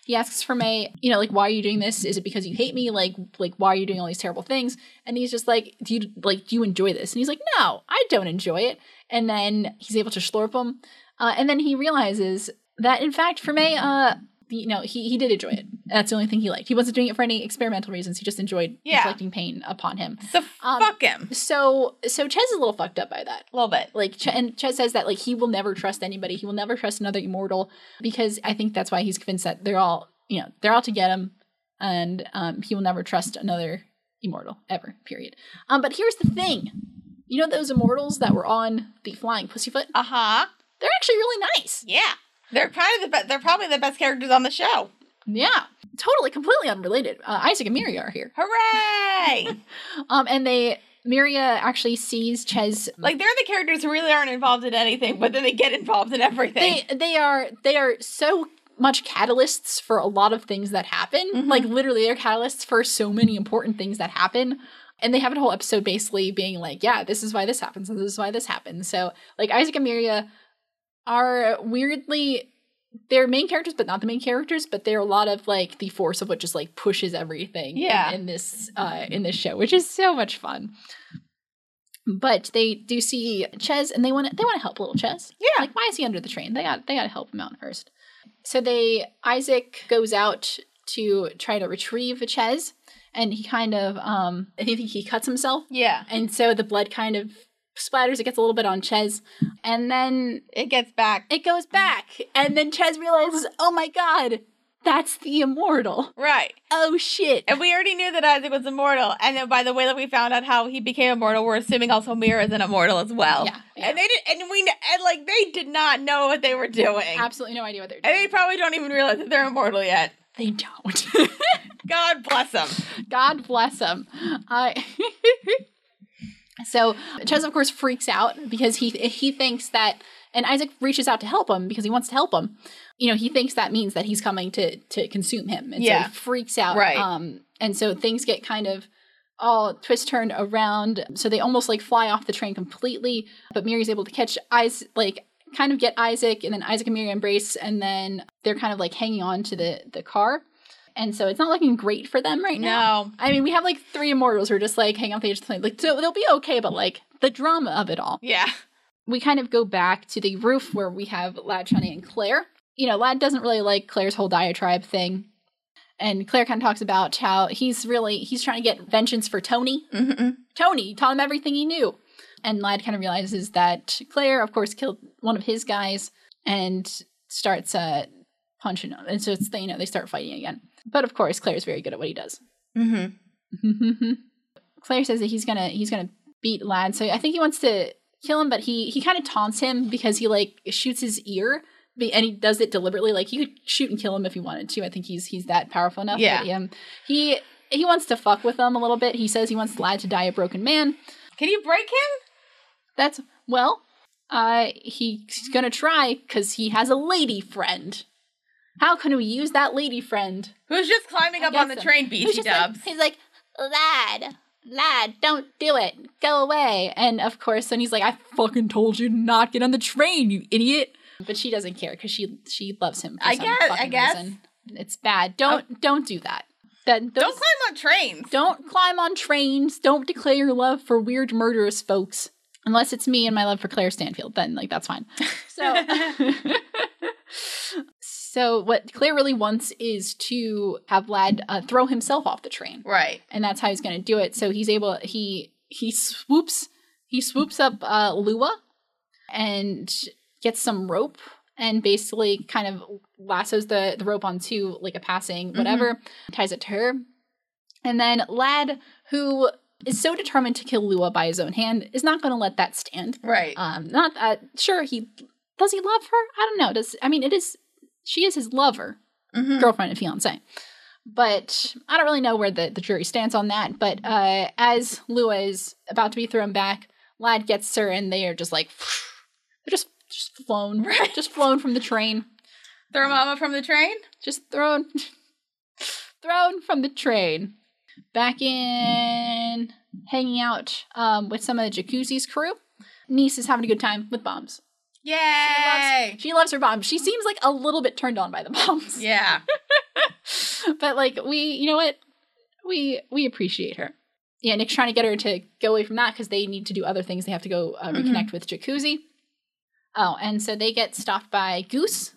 Speaker 3: He asks Ferme, you know, like, why are you doing this? Is it because you hate me? Like, like, why are you doing all these terrible things? And he's just like, do you like, do you enjoy this? And he's like, no, I don't enjoy it. And then he's able to slurp him, uh, and then he realizes that in fact Ferme, uh, you know, he he did enjoy it. That's the only thing he liked. He wasn't doing it for any experimental reasons. He just enjoyed
Speaker 4: Yeah.
Speaker 3: inflicting pain upon him.
Speaker 4: So
Speaker 3: um,
Speaker 4: fuck him
Speaker 3: So so Ches is a little fucked up by that
Speaker 4: a little bit.
Speaker 3: like Ch- and Chet says that like he will never trust anybody. He will never trust another immortal because I think that's why he's convinced that they're all you know they're all to get him, and um, he will never trust another immortal ever. Period. Um, but here's the thing, you know those immortals that were on the flying pussyfoot?
Speaker 4: Uh huh.
Speaker 3: They're actually really nice.
Speaker 4: Yeah, they're probably the be- they're probably the best characters on the show.
Speaker 3: Yeah, totally, completely unrelated. Uh, Isaac and Miria are here,
Speaker 4: Hooray!
Speaker 3: um, and they Miria actually sees Ches
Speaker 4: like they're the characters who really aren't involved in anything, but then they get involved in everything.
Speaker 3: they they are they are so much catalysts for a lot of things that happen.
Speaker 4: Mhm.
Speaker 3: Like literally, they're catalysts for so many important things that happen. And they have a whole episode basically being like, yeah, this is why this happens, and this is why this happens. So like Isaac and Miria are weirdly they're main characters, but not the main characters, but they're a lot of like the force of what just like pushes everything in-
Speaker 4: Yeah.
Speaker 3: in, this uh in this show, which is so much fun. But they do see Ches and they want to they want to help little Ches.
Speaker 4: yeah,
Speaker 3: Like, why is he under the train? They got they got to help him out first. So they Isaac goes out to try to retrieve Ches, and he kind of um I think he cuts himself,
Speaker 4: yeah.
Speaker 3: and so the blood kind of splatters. It gets a little bit on Ches, and then
Speaker 4: It gets back
Speaker 3: it goes back, and then Ches realizes, oh my god, that's the immortal.
Speaker 4: right.
Speaker 3: Oh shit.
Speaker 4: And we already knew that Isaac was immortal, and then by the way that we found out how he became immortal, we're assuming also Mira is an immortal as well.
Speaker 3: Yeah, yeah.
Speaker 4: And they did, and we, and like they did not know what they were doing,
Speaker 3: Absolutely no idea what they're
Speaker 4: and they
Speaker 3: doing.
Speaker 4: probably don't even realize that they're immortal yet.
Speaker 3: They don't.
Speaker 4: God bless them.
Speaker 3: God bless him. Uh, so Ches, of course, freaks out because he he thinks that, and Isaac reaches out to help him because he wants to help him. You know, he thinks that means that he's coming to to consume him, and so
Speaker 4: Yeah.
Speaker 3: he freaks out.
Speaker 4: Right.
Speaker 3: Um, and so things get kind of all twist turned around. So they almost like fly off the train completely. But Miri's able to catch eyes like kind of get Isaac, and then Isaac and Miri embrace, and then they're kind of like hanging on to the the car. And so it's not looking great for them right now.
Speaker 4: No,
Speaker 3: I mean, we have like three immortals who are just like hang off the edge of the plane. Like, so they'll be okay, but like the drama of it all.
Speaker 4: yeah,
Speaker 3: We kind of go back to the roof where we have Lad, Shani, and Claire. You know, Lad doesn't really like Claire's whole diatribe thing. And Claire kind of talks about how he's really, he's trying to get vengeance for Tony.
Speaker 4: mm
Speaker 3: Tony he taught him everything he knew. And Lad kind of realizes that Claire, of course, killed one of his guys and starts uh, punching him. And so it's, you know, they start fighting again. But of course, Claire's very good at what he does.
Speaker 4: mm-hmm.
Speaker 3: Claire says that he's gonna he's gonna beat Lad, so I think he wants to kill him, but he he kind of taunts him because he like shoots his ear, be- and he does it deliberately. Like he could shoot and kill him if he wanted to. I think he's he's that powerful enough.
Speaker 4: Yeah.
Speaker 3: But, um, he he wants to fuck with them a little bit. He says he wants Lad to die a broken man.
Speaker 4: Can you break him?
Speaker 3: That's well, uh, he's gonna try because he has a lady friend. How can we use that lady friend?
Speaker 4: Who's just climbing
Speaker 3: I
Speaker 4: up on the
Speaker 3: guess so.
Speaker 4: train,
Speaker 3: He's
Speaker 4: BT
Speaker 3: just like-
Speaker 4: Dubs?
Speaker 3: he's like, lad, lad, don't do it. Go away. And of course, then he's like, I fucking told you to not get on the train, you idiot. But she doesn't care because she she loves him. For
Speaker 4: I
Speaker 3: some
Speaker 4: guess- I
Speaker 3: fucking
Speaker 4: guess. Oh.
Speaker 3: Reason. It's bad. Don't don't do that. That
Speaker 4: Don't
Speaker 3: those-
Speaker 4: climb on trains.
Speaker 3: don't climb on trains. Don't declare your love for weird murderous folks. Unless it's me and my love for Claire Stanfield, then like that's fine. So So what Claire really wants is to have Vlad uh, throw himself off the train,
Speaker 4: Right.
Speaker 3: and that's how he's going to do it. So he's able he he swoops he swoops up uh, Lua and gets some rope and basically kind of lassos the the rope onto like a passing whatever ties it to her, and then Lad who is so determined to kill Lua by his own hand is not going to let that stand.
Speaker 4: Right.
Speaker 3: Um, not that sure he does he love her? I don't know. Does I mean it is she is his lover,
Speaker 4: Mhm.
Speaker 3: girlfriend and fiance. But I don't really know where the, the jury stands on that. But uh, as Lua is about to be thrown back, Lad gets her and they are just like they're just just flown.
Speaker 4: Right.
Speaker 3: Just flown from the train.
Speaker 4: Throw mama from the train.
Speaker 3: Just thrown thrown from the train. Back in hanging out um, with some of the jacuzzi's crew. Niece is having a good time with bombs.
Speaker 4: Yay!
Speaker 3: She loves her bombs. She seems like a little bit turned on by the bombs.
Speaker 4: Yeah.
Speaker 3: But like we, you know what? We we appreciate her. Yeah, Nick's trying to get her to go away from that because they need to do other things. They have to go
Speaker 4: Mm-hmm.
Speaker 3: uh, reconnect with Jacuzzi. Oh, and so they get stopped by Goose,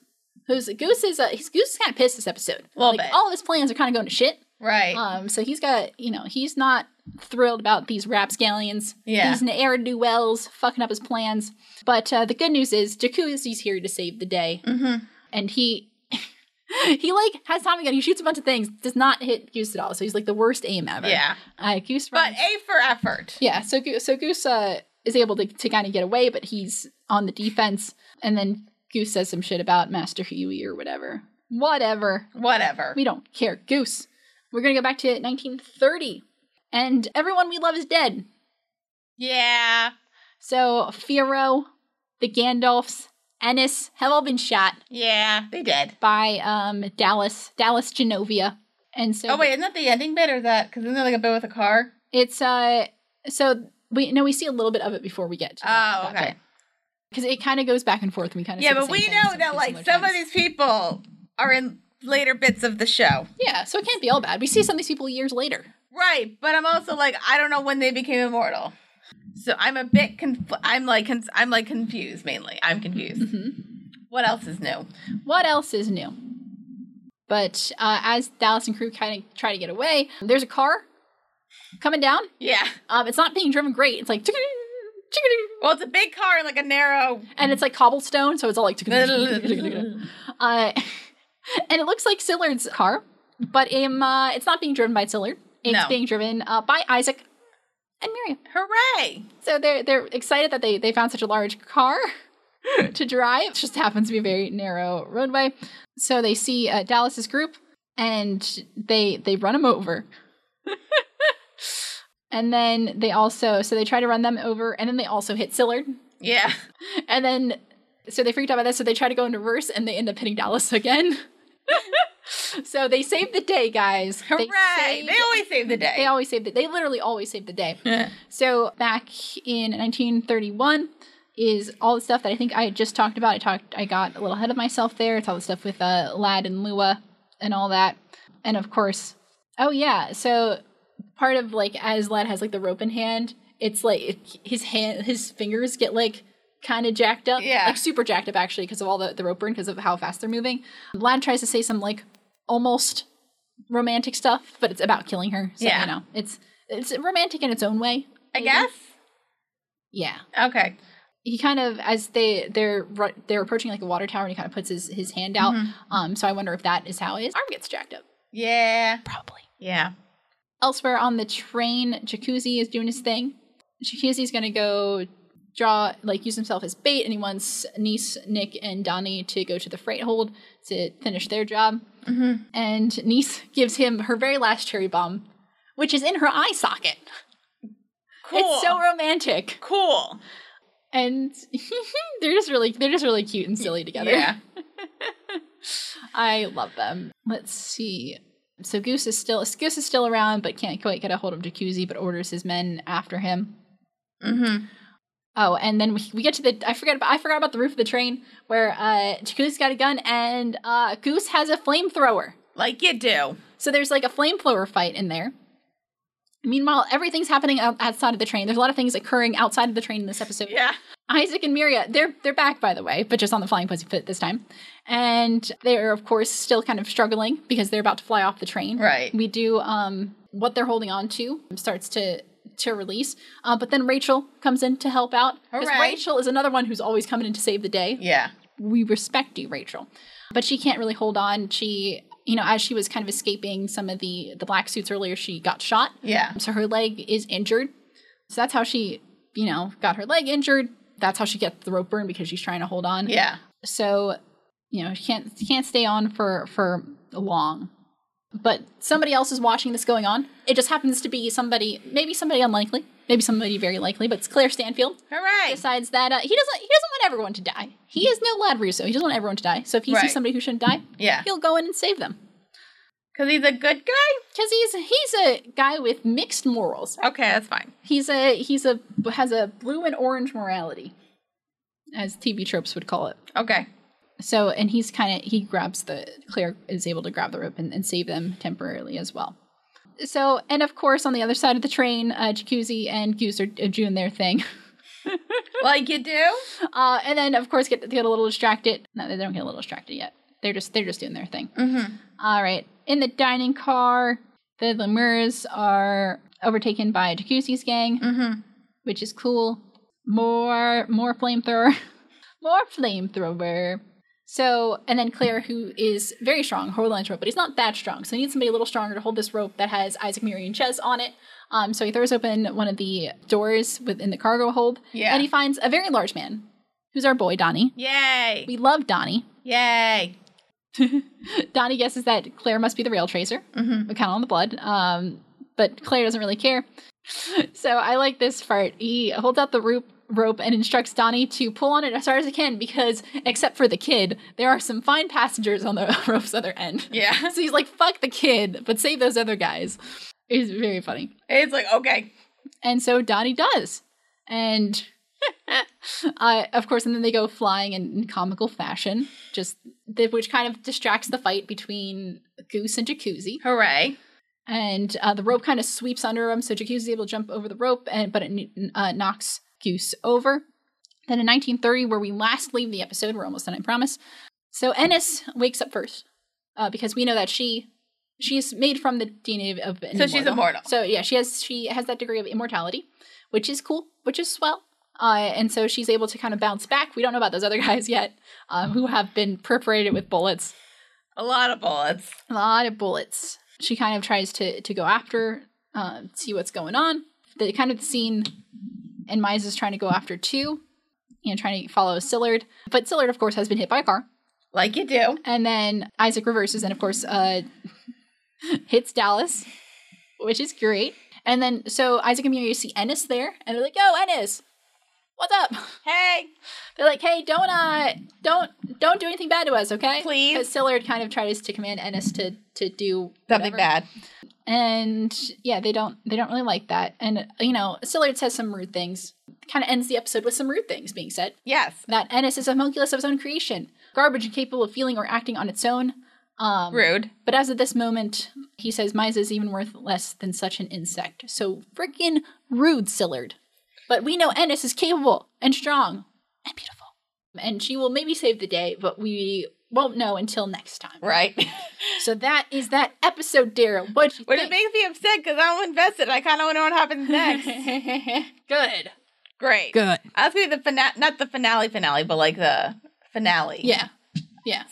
Speaker 3: who's Goose is uh, he's Goose is kind of pissed this episode.
Speaker 4: Little
Speaker 3: like
Speaker 4: bit.
Speaker 3: all of his plans are kind of going to shit.
Speaker 4: Right.
Speaker 3: Um, so he's got you know he's not thrilled about these rapscallions.
Speaker 4: Yeah.
Speaker 3: these ne'er do wells fucking up his plans. But uh, the good news is Jacuzzi's here to save the day
Speaker 4: mm-hmm.
Speaker 3: and he he like has Tommy gun. He shoots a bunch of things, does not hit Goose at all. So he's like the worst aim ever.
Speaker 4: Yeah.
Speaker 3: uh, Goose.
Speaker 4: But
Speaker 3: runs-
Speaker 4: A for effort.
Speaker 3: yeah, so Goo- so Goose uh, is able to to kind of get away, but he's on the defense. And then Goose says some shit about Master Huey or whatever. Whatever.
Speaker 4: Whatever.
Speaker 3: We don't care. Goose. We're gonna go back to 1930, and everyone we love is dead.
Speaker 4: Yeah.
Speaker 3: So Firo, the Gandalfs, Ennis have all been shot.
Speaker 4: Yeah. They did.
Speaker 3: by um Dallas Dallas Genovia. And so
Speaker 4: Oh wait, isn't that the ending bit or is that? Because isn't there like a bit with a car?
Speaker 3: it's uh so we no we see a little bit of it before we get to
Speaker 4: Oh, okay.
Speaker 3: Because it kind of goes back and forth. And we kind of
Speaker 4: Yeah, but we know that like some of these people are in later bits of the show.
Speaker 3: yeah, so it can't be all bad. We see some of these people years later.
Speaker 4: Right, but I'm also like I don't know when they became immortal. So I'm a bit conf- I'm like cons- I'm like confused mainly. I'm confused.
Speaker 3: Mhm.
Speaker 4: What else is new?
Speaker 3: What else is new? But uh, as Dallas and crew kind of try to get away, there's a car coming down.
Speaker 4: Yeah.
Speaker 3: Um, it's not being driven great. It's like "Tick-a-doo,
Speaker 4: Well, it's a big car and like a narrow.
Speaker 3: tick-a-doo," and it's like cobblestone, so it's all like Uh, and it looks like Sillard's car, but um, uh, it's not being driven by Sillard. It's
Speaker 4: No.
Speaker 3: being driven uh, by Isaac and Miriam.
Speaker 4: Hooray!
Speaker 3: So they're they're excited that they they found such a large car to drive. It just happens to be a very narrow roadway. So they see uh, Dallas's group and they they run them over. and then they also so they try to run them over and then they also hit Sillard.
Speaker 4: Yeah.
Speaker 3: And then, so they freaked out by that, so they try to go in reverse and they end up hitting Dallas again. so they saved the day, guys.
Speaker 4: Hooray! They,
Speaker 3: saved-
Speaker 4: always save the day.
Speaker 3: Mm-hmm. they always save the They literally always save the day.
Speaker 4: Yeah.
Speaker 3: So back in 1931 is all the stuff that I think I had just talked about. I talked, I got a little ahead of myself there. It's all the stuff with uh, Lad and Lua and all that, and of course, oh yeah. So part of like as Lad has like the rope in hand, it's like it- his hand, his fingers get like kind of jacked up,
Speaker 4: Yeah.
Speaker 3: like super jacked up actually because of all the the rope burn because of how fast they're moving. Lad tries to say some like almost romantic stuff, but it's about killing her. So,
Speaker 4: Yeah.
Speaker 3: you know, it's it's romantic in its own way.
Speaker 4: I
Speaker 3: maybe.
Speaker 4: guess.
Speaker 3: Yeah.
Speaker 4: Okay.
Speaker 3: He kind of as they they're ru- they're approaching like a water tower and he kind of puts his his hand out. Um so I wonder if that is how his arm gets jacked up.
Speaker 4: Yeah.
Speaker 3: Probably.
Speaker 4: Yeah.
Speaker 3: Elsewhere on the train, Jacuzzi is doing his thing. Jacuzzi's going to go draw like use himself as bait and he wants Nice, Nick and Donnie to go to the freight hold to finish their job. Mm-hmm.
Speaker 4: Mhm.
Speaker 3: And Nice gives him her very last cherry bomb, which is in her eye socket.
Speaker 4: Cool.
Speaker 3: It's so romantic.
Speaker 4: cool.
Speaker 3: and they're just really they're just really cute and silly together.
Speaker 4: Yeah.
Speaker 3: I love them. Let's see. So Goose is still Goose is still around, but can't quite get a hold of Jacuzzi, but orders his men after him.
Speaker 4: Mm-hmm.
Speaker 3: Oh, and then we, we get to the I forgot about I forgot about the roof of the train where uh Jacuzzi's got a gun and uh Goose has a flamethrower.
Speaker 4: Like you do.
Speaker 3: So there's like a flamethrower fight in there. Meanwhile, everything's happening out- outside of the train. There's a lot of things occurring outside of the train in this episode.
Speaker 4: Yeah.
Speaker 3: Isaac and Miria, they're they're back by the way, but just on the flying pussyfoot this time. And they're of course still kind of struggling because they're about to fly off the train.
Speaker 4: Right.
Speaker 3: We do um what they're holding on to starts to to release. Uh, but then Rachel comes in to help out. Because
Speaker 4: Hooray.
Speaker 3: Rachel is another one who's always coming in to save the day
Speaker 4: Yeah.
Speaker 3: we respect you rachel but she can't really hold on she you know as she was kind of escaping some of the the black suits earlier she got shot
Speaker 4: Yeah.
Speaker 3: so her leg is injured so that's how she you know got her leg injured that's how she gets the rope burn because she's trying to hold on
Speaker 4: Yeah.
Speaker 3: so you know she can't she can't stay on for for long but somebody else is watching this going on it just happens to be somebody maybe somebody unlikely maybe somebody very likely but it's claire stanfield
Speaker 4: Hooray.
Speaker 3: decides that uh, he doesn't he doesn't want everyone to die. He is no lad Russo. He doesn't want everyone to die. So if he
Speaker 4: Right.
Speaker 3: sees somebody who shouldn't die,
Speaker 4: Yeah.
Speaker 3: he'll go in and save them.
Speaker 4: Because he's a good guy?
Speaker 3: Because he's he's a guy with mixed morals.
Speaker 4: Okay, that's fine.
Speaker 3: He's a he's a has a blue and orange morality, as TV tropes would call it.
Speaker 4: Okay.
Speaker 3: So and he's kind of he grabs the Claire is able to grab the rope and, and save them temporarily as well. So and of course on the other side of the train, uh, Jacuzzi and Goose are uh, doing their thing.
Speaker 4: Like you do?
Speaker 3: Uh, and then of course get get a little distracted. No, they don't get a little distracted yet. They're just they're just doing their thing.
Speaker 4: Mm-hmm.
Speaker 3: All right. In the dining car, the Lemurs are overtaken by Jacuzzi's gang,
Speaker 4: Mm-hmm.
Speaker 3: which is cool. More more flamethrower. more flamethrower. So and then Claire, who is very strong, hold on to rope, but he's not that strong. So he needs somebody a little stronger to hold this rope that has Isaac, Miri, and Ches on it. Um, so he throws open one of the doors within the cargo hold,
Speaker 4: Yeah.
Speaker 3: and he finds a very large man, who's our boy Donnie.
Speaker 4: Yay.
Speaker 3: We love Donnie.
Speaker 4: Yay.
Speaker 3: Donnie guesses that Claire must be the rail tracer,
Speaker 4: Mm-hmm.
Speaker 3: count on the blood. Um, but Claire doesn't really care. so I like this part. He holds out the rope, rope and instructs Donnie to pull on it as hard as he can because, except for the kid, there are some fine passengers on the rope's other end.
Speaker 4: Yeah.
Speaker 3: So he's like, fuck the kid, but save those other guys. It's very funny.
Speaker 4: It's like, okay.
Speaker 3: And so Donnie does. And uh, of course, and then they go flying in, in comical fashion, just the, which kind of distracts the fight between Goose and Jacuzzi.
Speaker 4: Hooray.
Speaker 3: And uh, the rope kind of sweeps under him, so Jacuzzi is able to jump over the rope, and but it kn- uh, knocks Goose over. Then in 1930, where we last leave the episode, we're almost done, I promise. So Ennis wakes up first uh, because we know that she she's made from the DNA of an
Speaker 4: So she's immortal.
Speaker 3: So yeah, she has she has that degree of immortality, which is cool, which is swell. Uh, and so she's able to kind of bounce back. We don't know about those other guys yet, um, who have been perforated with bullets
Speaker 4: A lot of bullets.
Speaker 3: a lot of bullets. She kind of tries to to go after, uh, see what's going on. The kind of scene, and Mize is trying to go after too, you know, trying to follow Sillard. But Sillard, of course, has been hit by a car,
Speaker 4: Like you do.
Speaker 3: and then Isaac reverses, and of course, uh, hits Dallas, which is great. And then so Isaac and Miri see Ennis there, and they're like, "Yo, Ennis, what's up?"
Speaker 4: Hey.
Speaker 3: They're like, "Hey, don't uh, don't don't do anything bad to us, okay?"
Speaker 4: Please.
Speaker 3: Because Sillard kind of tries to command Ennis to to do
Speaker 4: Something
Speaker 3: whatever
Speaker 4: bad.
Speaker 3: and yeah they don't they don't really like that and you know Sillard says some rude things kind of ends the episode with some rude things being said
Speaker 4: Yes.
Speaker 3: that ennis is a homunculus of its own creation garbage incapable of feeling or acting on its own um,
Speaker 4: Rude.
Speaker 3: but as of this moment he says mize is even worth less than such an insect so freaking rude Sillard. but we know ennis is capable and strong and beautiful and she will maybe save the day but we won't know until next time
Speaker 4: Right.
Speaker 3: so that is that episode daryl what you
Speaker 4: Which
Speaker 3: think?
Speaker 4: makes me upset because I'm invested. I kind of want to know what happens next.
Speaker 3: Good.
Speaker 4: Great.
Speaker 2: Good.
Speaker 4: I was going to be the finale, not the finale finale, but like the finale.
Speaker 3: Yeah.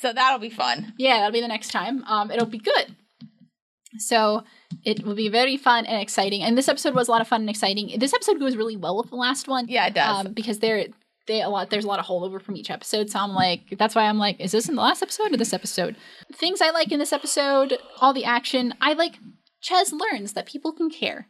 Speaker 4: So that'll be fun.
Speaker 3: Yeah, that'll be the next time. Um, it'll be good. So it will be very fun and exciting. And this episode was a lot of fun and exciting. This episode goes really well with the last one.
Speaker 4: Yeah, it does.
Speaker 3: Um, because there they a lot there's a lot of holdover from each episode. So I'm like, that's why I'm like, is this in the last episode or this episode? Things I like in this episode, all the action. I like Ches learns that people can care.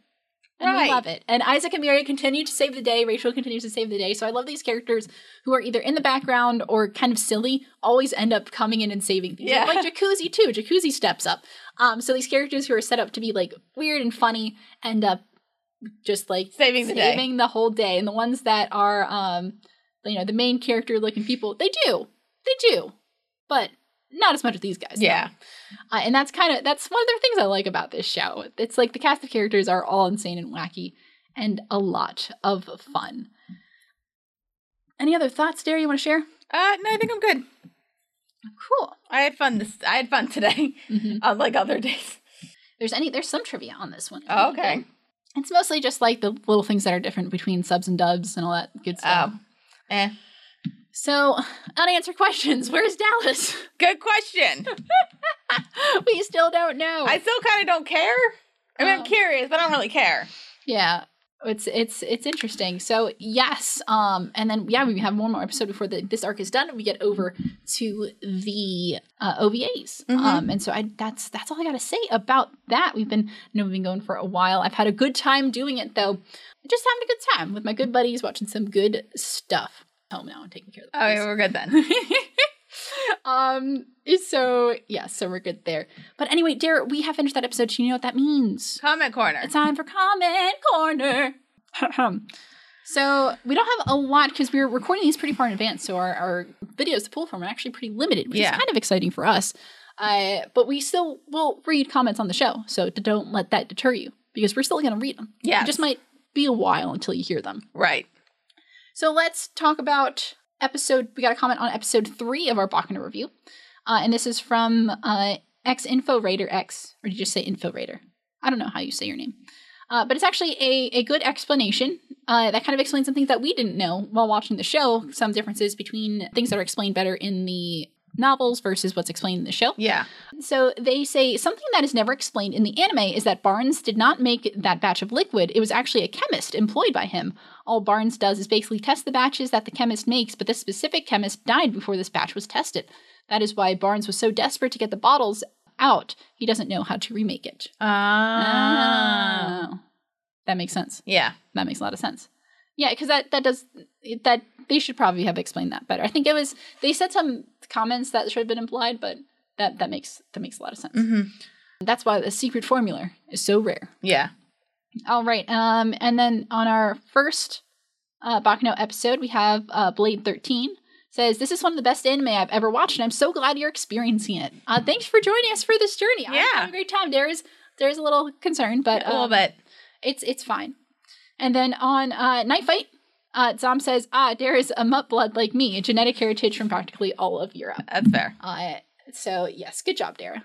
Speaker 3: And
Speaker 4: Right.
Speaker 3: we love it. And Isaac and Miri continue to save the day. Rachel continues to save the day. So I love these characters who are either in the background or kind of silly, always end up coming in and saving things.
Speaker 4: Yeah.
Speaker 3: Like Jacuzzi too. Jacuzzi steps up. Um, so these characters who are set up to be like weird and funny end up just like
Speaker 4: Saving the day.
Speaker 3: saving the whole day. And the ones that are, um, you know, the main character looking people, they do, they do, but not as much as these guys. though.
Speaker 4: Yeah.
Speaker 3: Uh, and that's kind of that's one of the things I like about this show. It's like the cast of characters are all insane and wacky, and a lot of fun. Any other thoughts, Dare, you want to share?
Speaker 4: Uh, no, I think I'm good.
Speaker 3: Cool.
Speaker 4: I had fun this. I had fun today, unlike other days.
Speaker 3: Mm-hmm. There's any there's some trivia on this one.
Speaker 4: Oh, okay.
Speaker 3: It's mostly just like the little things that are different between subs and dubs and all that good stuff.
Speaker 4: Oh, eh.
Speaker 3: So, unanswered questions. Where's Dallas?
Speaker 4: Good question.
Speaker 3: we still don't know.
Speaker 4: I still kind of don't care. I mean,
Speaker 3: Oh.
Speaker 4: I'm curious, but I don't really care.
Speaker 3: yeah. It's it's it's interesting. So yes, um, and then yeah, we have one more episode before the, this arc is done, and we get over to the uh, OVAs.
Speaker 4: Mhm.
Speaker 3: Um, and so I that's that's all I gotta say about that. We've been I know we've been going for a while. I've had a good time doing it though. Just having a good time with my good buddies, watching some good stuff. Home now and taking care of the
Speaker 4: Oh,
Speaker 3: boys.
Speaker 4: yeah, we're good then.
Speaker 3: um so yeah so we're good there but anyway dear we have finished that episode so you know what that means
Speaker 4: Comment corner.
Speaker 3: it's time for comment corner so we don't have a lot because we were recording these pretty far in advance so our, our videos to pull from are actually pretty limited which
Speaker 4: Yeah.
Speaker 3: is kind of exciting for us uh, but we still will read comments on the show so d- don't let that deter you because we're still going to read them
Speaker 4: Yes.
Speaker 3: it just might be a while until you hear them
Speaker 4: right.
Speaker 3: so let's talk about episode. We got a comment on episode three of our Bachner review, uh, and this is from uh, X Info Raider X, or did you just say Info Raider? I don't know how you say your name, uh, but it's actually a a good explanation uh, that kind of explains some things that we didn't know while watching the show. Some differences between things that are explained better in the novels versus what's explained in the show.
Speaker 4: Yeah.
Speaker 3: So they say something that is never explained in the anime is that Barnes did not make that batch of liquid. It was actually a chemist employed by him. All Barnes does is basically test the batches that the chemist makes, but this specific chemist died before this batch was tested. That is why Barnes was so desperate to get the bottles out. He doesn't know how to remake it.
Speaker 4: Ah.
Speaker 3: Oh. That makes sense.
Speaker 4: Yeah.
Speaker 3: That makes a lot of sense. Yeah, because that that does that they should probably have explained that better. I think it was they said some comments that should have been implied, but that that makes that makes a lot of sense.
Speaker 4: Mm-hmm.
Speaker 3: That's why the secret formula is so rare.
Speaker 4: Yeah.
Speaker 3: All right. Um, and then on our first uh, Bakano episode, we have uh, Blade 13 says, This is one of the best anime I've ever watched, and I'm so glad you're experiencing it. Uh, thanks for joining us for this journey. I'm
Speaker 4: Yeah.
Speaker 3: having a great time. There is there's a little concern, but
Speaker 4: a little
Speaker 3: um,
Speaker 4: bit.
Speaker 3: it's it's fine. And then on uh, Night Fight, uh, Zom says, Ah, there is a mutt blood like me, a genetic heritage from practically all of Europe.
Speaker 4: That's fair.
Speaker 3: Uh, so, yes, good job, Dara.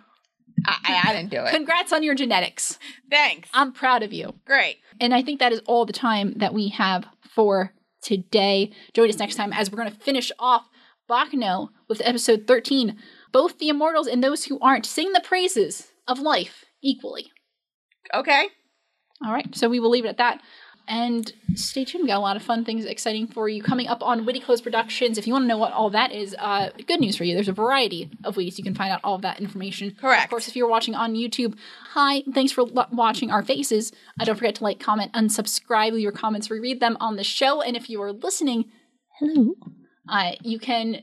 Speaker 4: I, I, I didn't do it.
Speaker 3: Congrats on your genetics.
Speaker 4: Thanks.
Speaker 3: I'm proud of you.
Speaker 4: Great.
Speaker 3: And I think that is all the time that we have for today. Join us next time as we're going to finish off Bacano with episode 13. Both the immortals and those who aren't sing the praises of life equally.
Speaker 4: Okay.
Speaker 3: All right, so we will leave it at that. And stay tuned. We got a lot of fun things exciting for you coming up on Witty Close Productions. If you want to know what all that is, uh, good news for you. There's a variety of ways you can find out all of that information. Of
Speaker 4: Correct.
Speaker 3: course, if you're watching on YouTube, hi, thanks for lo- watching our faces. Uh, don't forget to like, comment, unsubscribe, leave your comments, we read them on the show. And if you are listening, hello, uh, you can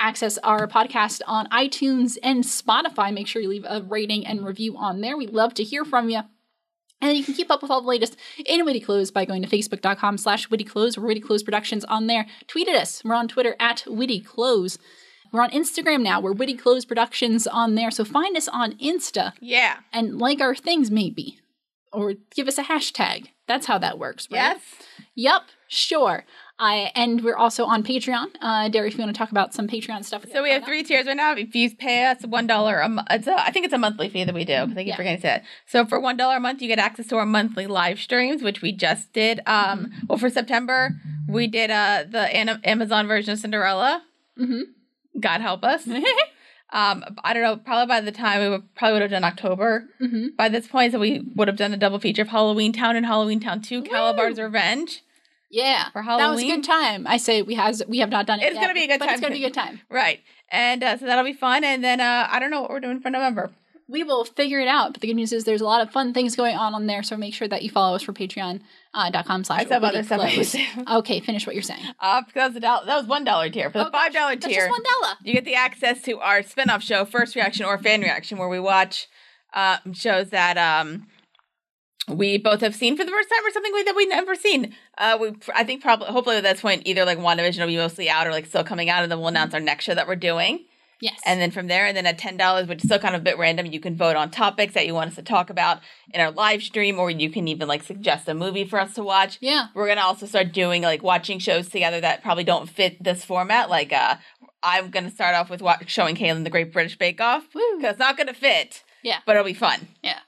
Speaker 3: access our podcast on iTunes and Spotify. Make sure you leave a rating and review on there. We love to hear from you. And then you can keep up with all the latest in Witty Clothes by going to facebook.com slash witty clothes or witty clothes productions on there. Tweet at us. We're on Twitter at witty clothes. We're on Instagram now. We're witty clothes productions on there. So find us on Insta
Speaker 4: Yeah.
Speaker 3: and like our things maybe. Or give us a hashtag. That's how that works, right?
Speaker 4: Yes.
Speaker 3: Yep, sure. I and we're also on Patreon. Uh Derry, if you want to talk about some Patreon stuff.
Speaker 4: So we have three tiers right now. If you pay us one dollar a month, it's a, I think it's a monthly fee that we do because I keep
Speaker 3: Yeah.
Speaker 4: forgetting to say that. So for one dollar a month, you get access to our monthly live streams, which we just did. Um,
Speaker 3: Mm-hmm.
Speaker 4: well, for September, we did uh the Ana- Amazon version of Cinderella.
Speaker 3: Mm-hmm.
Speaker 4: God help us. um, I don't know. Probably by the time we would, probably would have done October
Speaker 3: Mm-hmm.
Speaker 4: by this point, so we would have done a double feature of Halloween Town and Halloween Town Two: Calabar's Revenge.
Speaker 3: Yeah.
Speaker 4: For
Speaker 3: That was a
Speaker 4: Halloween?
Speaker 3: good time. I say we has we have not done it.
Speaker 4: It's
Speaker 3: yet,
Speaker 4: gonna be a good
Speaker 3: but
Speaker 4: time.
Speaker 3: It's gonna be a good time.
Speaker 4: Right. And uh, so that'll be fun. And then uh, I don't know what we're doing for November.
Speaker 3: we will figure it out. But the good news is there's a lot of fun things going on on there. So make sure that you follow us for patreon.com uh, slash
Speaker 4: I said other stuff. I
Speaker 3: wittyclothes.
Speaker 4: was-
Speaker 3: Okay, finish what you're saying.
Speaker 4: Uh, that was a dollar. That was one dollar tier. For the
Speaker 3: Oh, gosh,
Speaker 4: five dollar
Speaker 3: That's just
Speaker 4: tier,
Speaker 3: one dollar.
Speaker 4: you get the access to our spin off show, First Reaction or Fan Reaction, where we watch uh, shows that um, we both have seen for the first time or something we- that we've never seen. Uh, we, pr- I think, probably, hopefully, at this point, either like WandaVision will be mostly out or like still coming out, and then we'll announce our next show that we're doing.
Speaker 2: Yes.
Speaker 4: And then from there, and then at ten dollars, which is still kind of a bit random, you can vote on topics that you want us to talk about in our live stream, or you can even like suggest a movie for us to watch.
Speaker 3: Yeah.
Speaker 4: We're gonna also start doing like watching shows together that probably don't fit this format. Like, uh, I'm gonna start off with wa- showing Kaylin the Great British Bake Off
Speaker 3: Woo.
Speaker 4: because it's not gonna fit.
Speaker 3: Yeah.
Speaker 4: But it'll be fun.
Speaker 3: Yeah.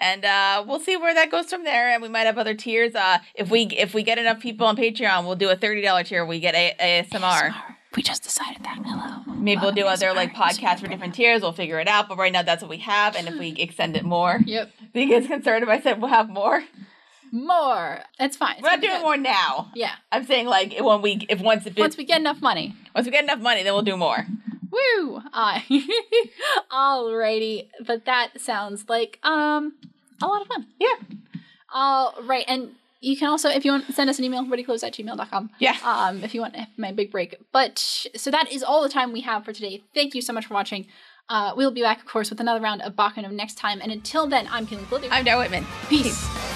Speaker 4: And uh, we'll see where that goes from there, and we might have other tiers. Uh, if we if we get enough people on Patreon, we'll do a thirty dollar tier. We get a- ASMR.
Speaker 2: We just decided that. Hello.
Speaker 4: Maybe we'll do
Speaker 2: Welcome to
Speaker 4: other like
Speaker 2: Spark.
Speaker 4: podcasts for different tiers. We'll figure it out. But right now, that's what we have. And if we extend it more,
Speaker 3: Yep.
Speaker 4: you guys concerned if I said we'll have more?
Speaker 3: More. That's fine. It's
Speaker 4: We're
Speaker 3: gonna
Speaker 4: not
Speaker 3: be
Speaker 4: doing
Speaker 3: good.
Speaker 4: more now.
Speaker 3: Yeah.
Speaker 4: I'm saying like when we if once it
Speaker 3: Once we get enough money.
Speaker 4: once we get enough money, then we'll do more.
Speaker 3: Woo! Uh, alrighty, but that sounds like um a lot of fun.
Speaker 4: Yeah.
Speaker 3: All Uh, right, and you can also, if you want, send us an email, readyclose at gmail.com.
Speaker 4: Yeah.
Speaker 3: Um, if you want my big break. But so that is all the time we have for today. Thank you so much for watching. Uh, we'll be back, of course, with another round of Bakano next time. And until then, I'm Kim Glither.
Speaker 4: I'm Dar Whitman.
Speaker 3: Peace.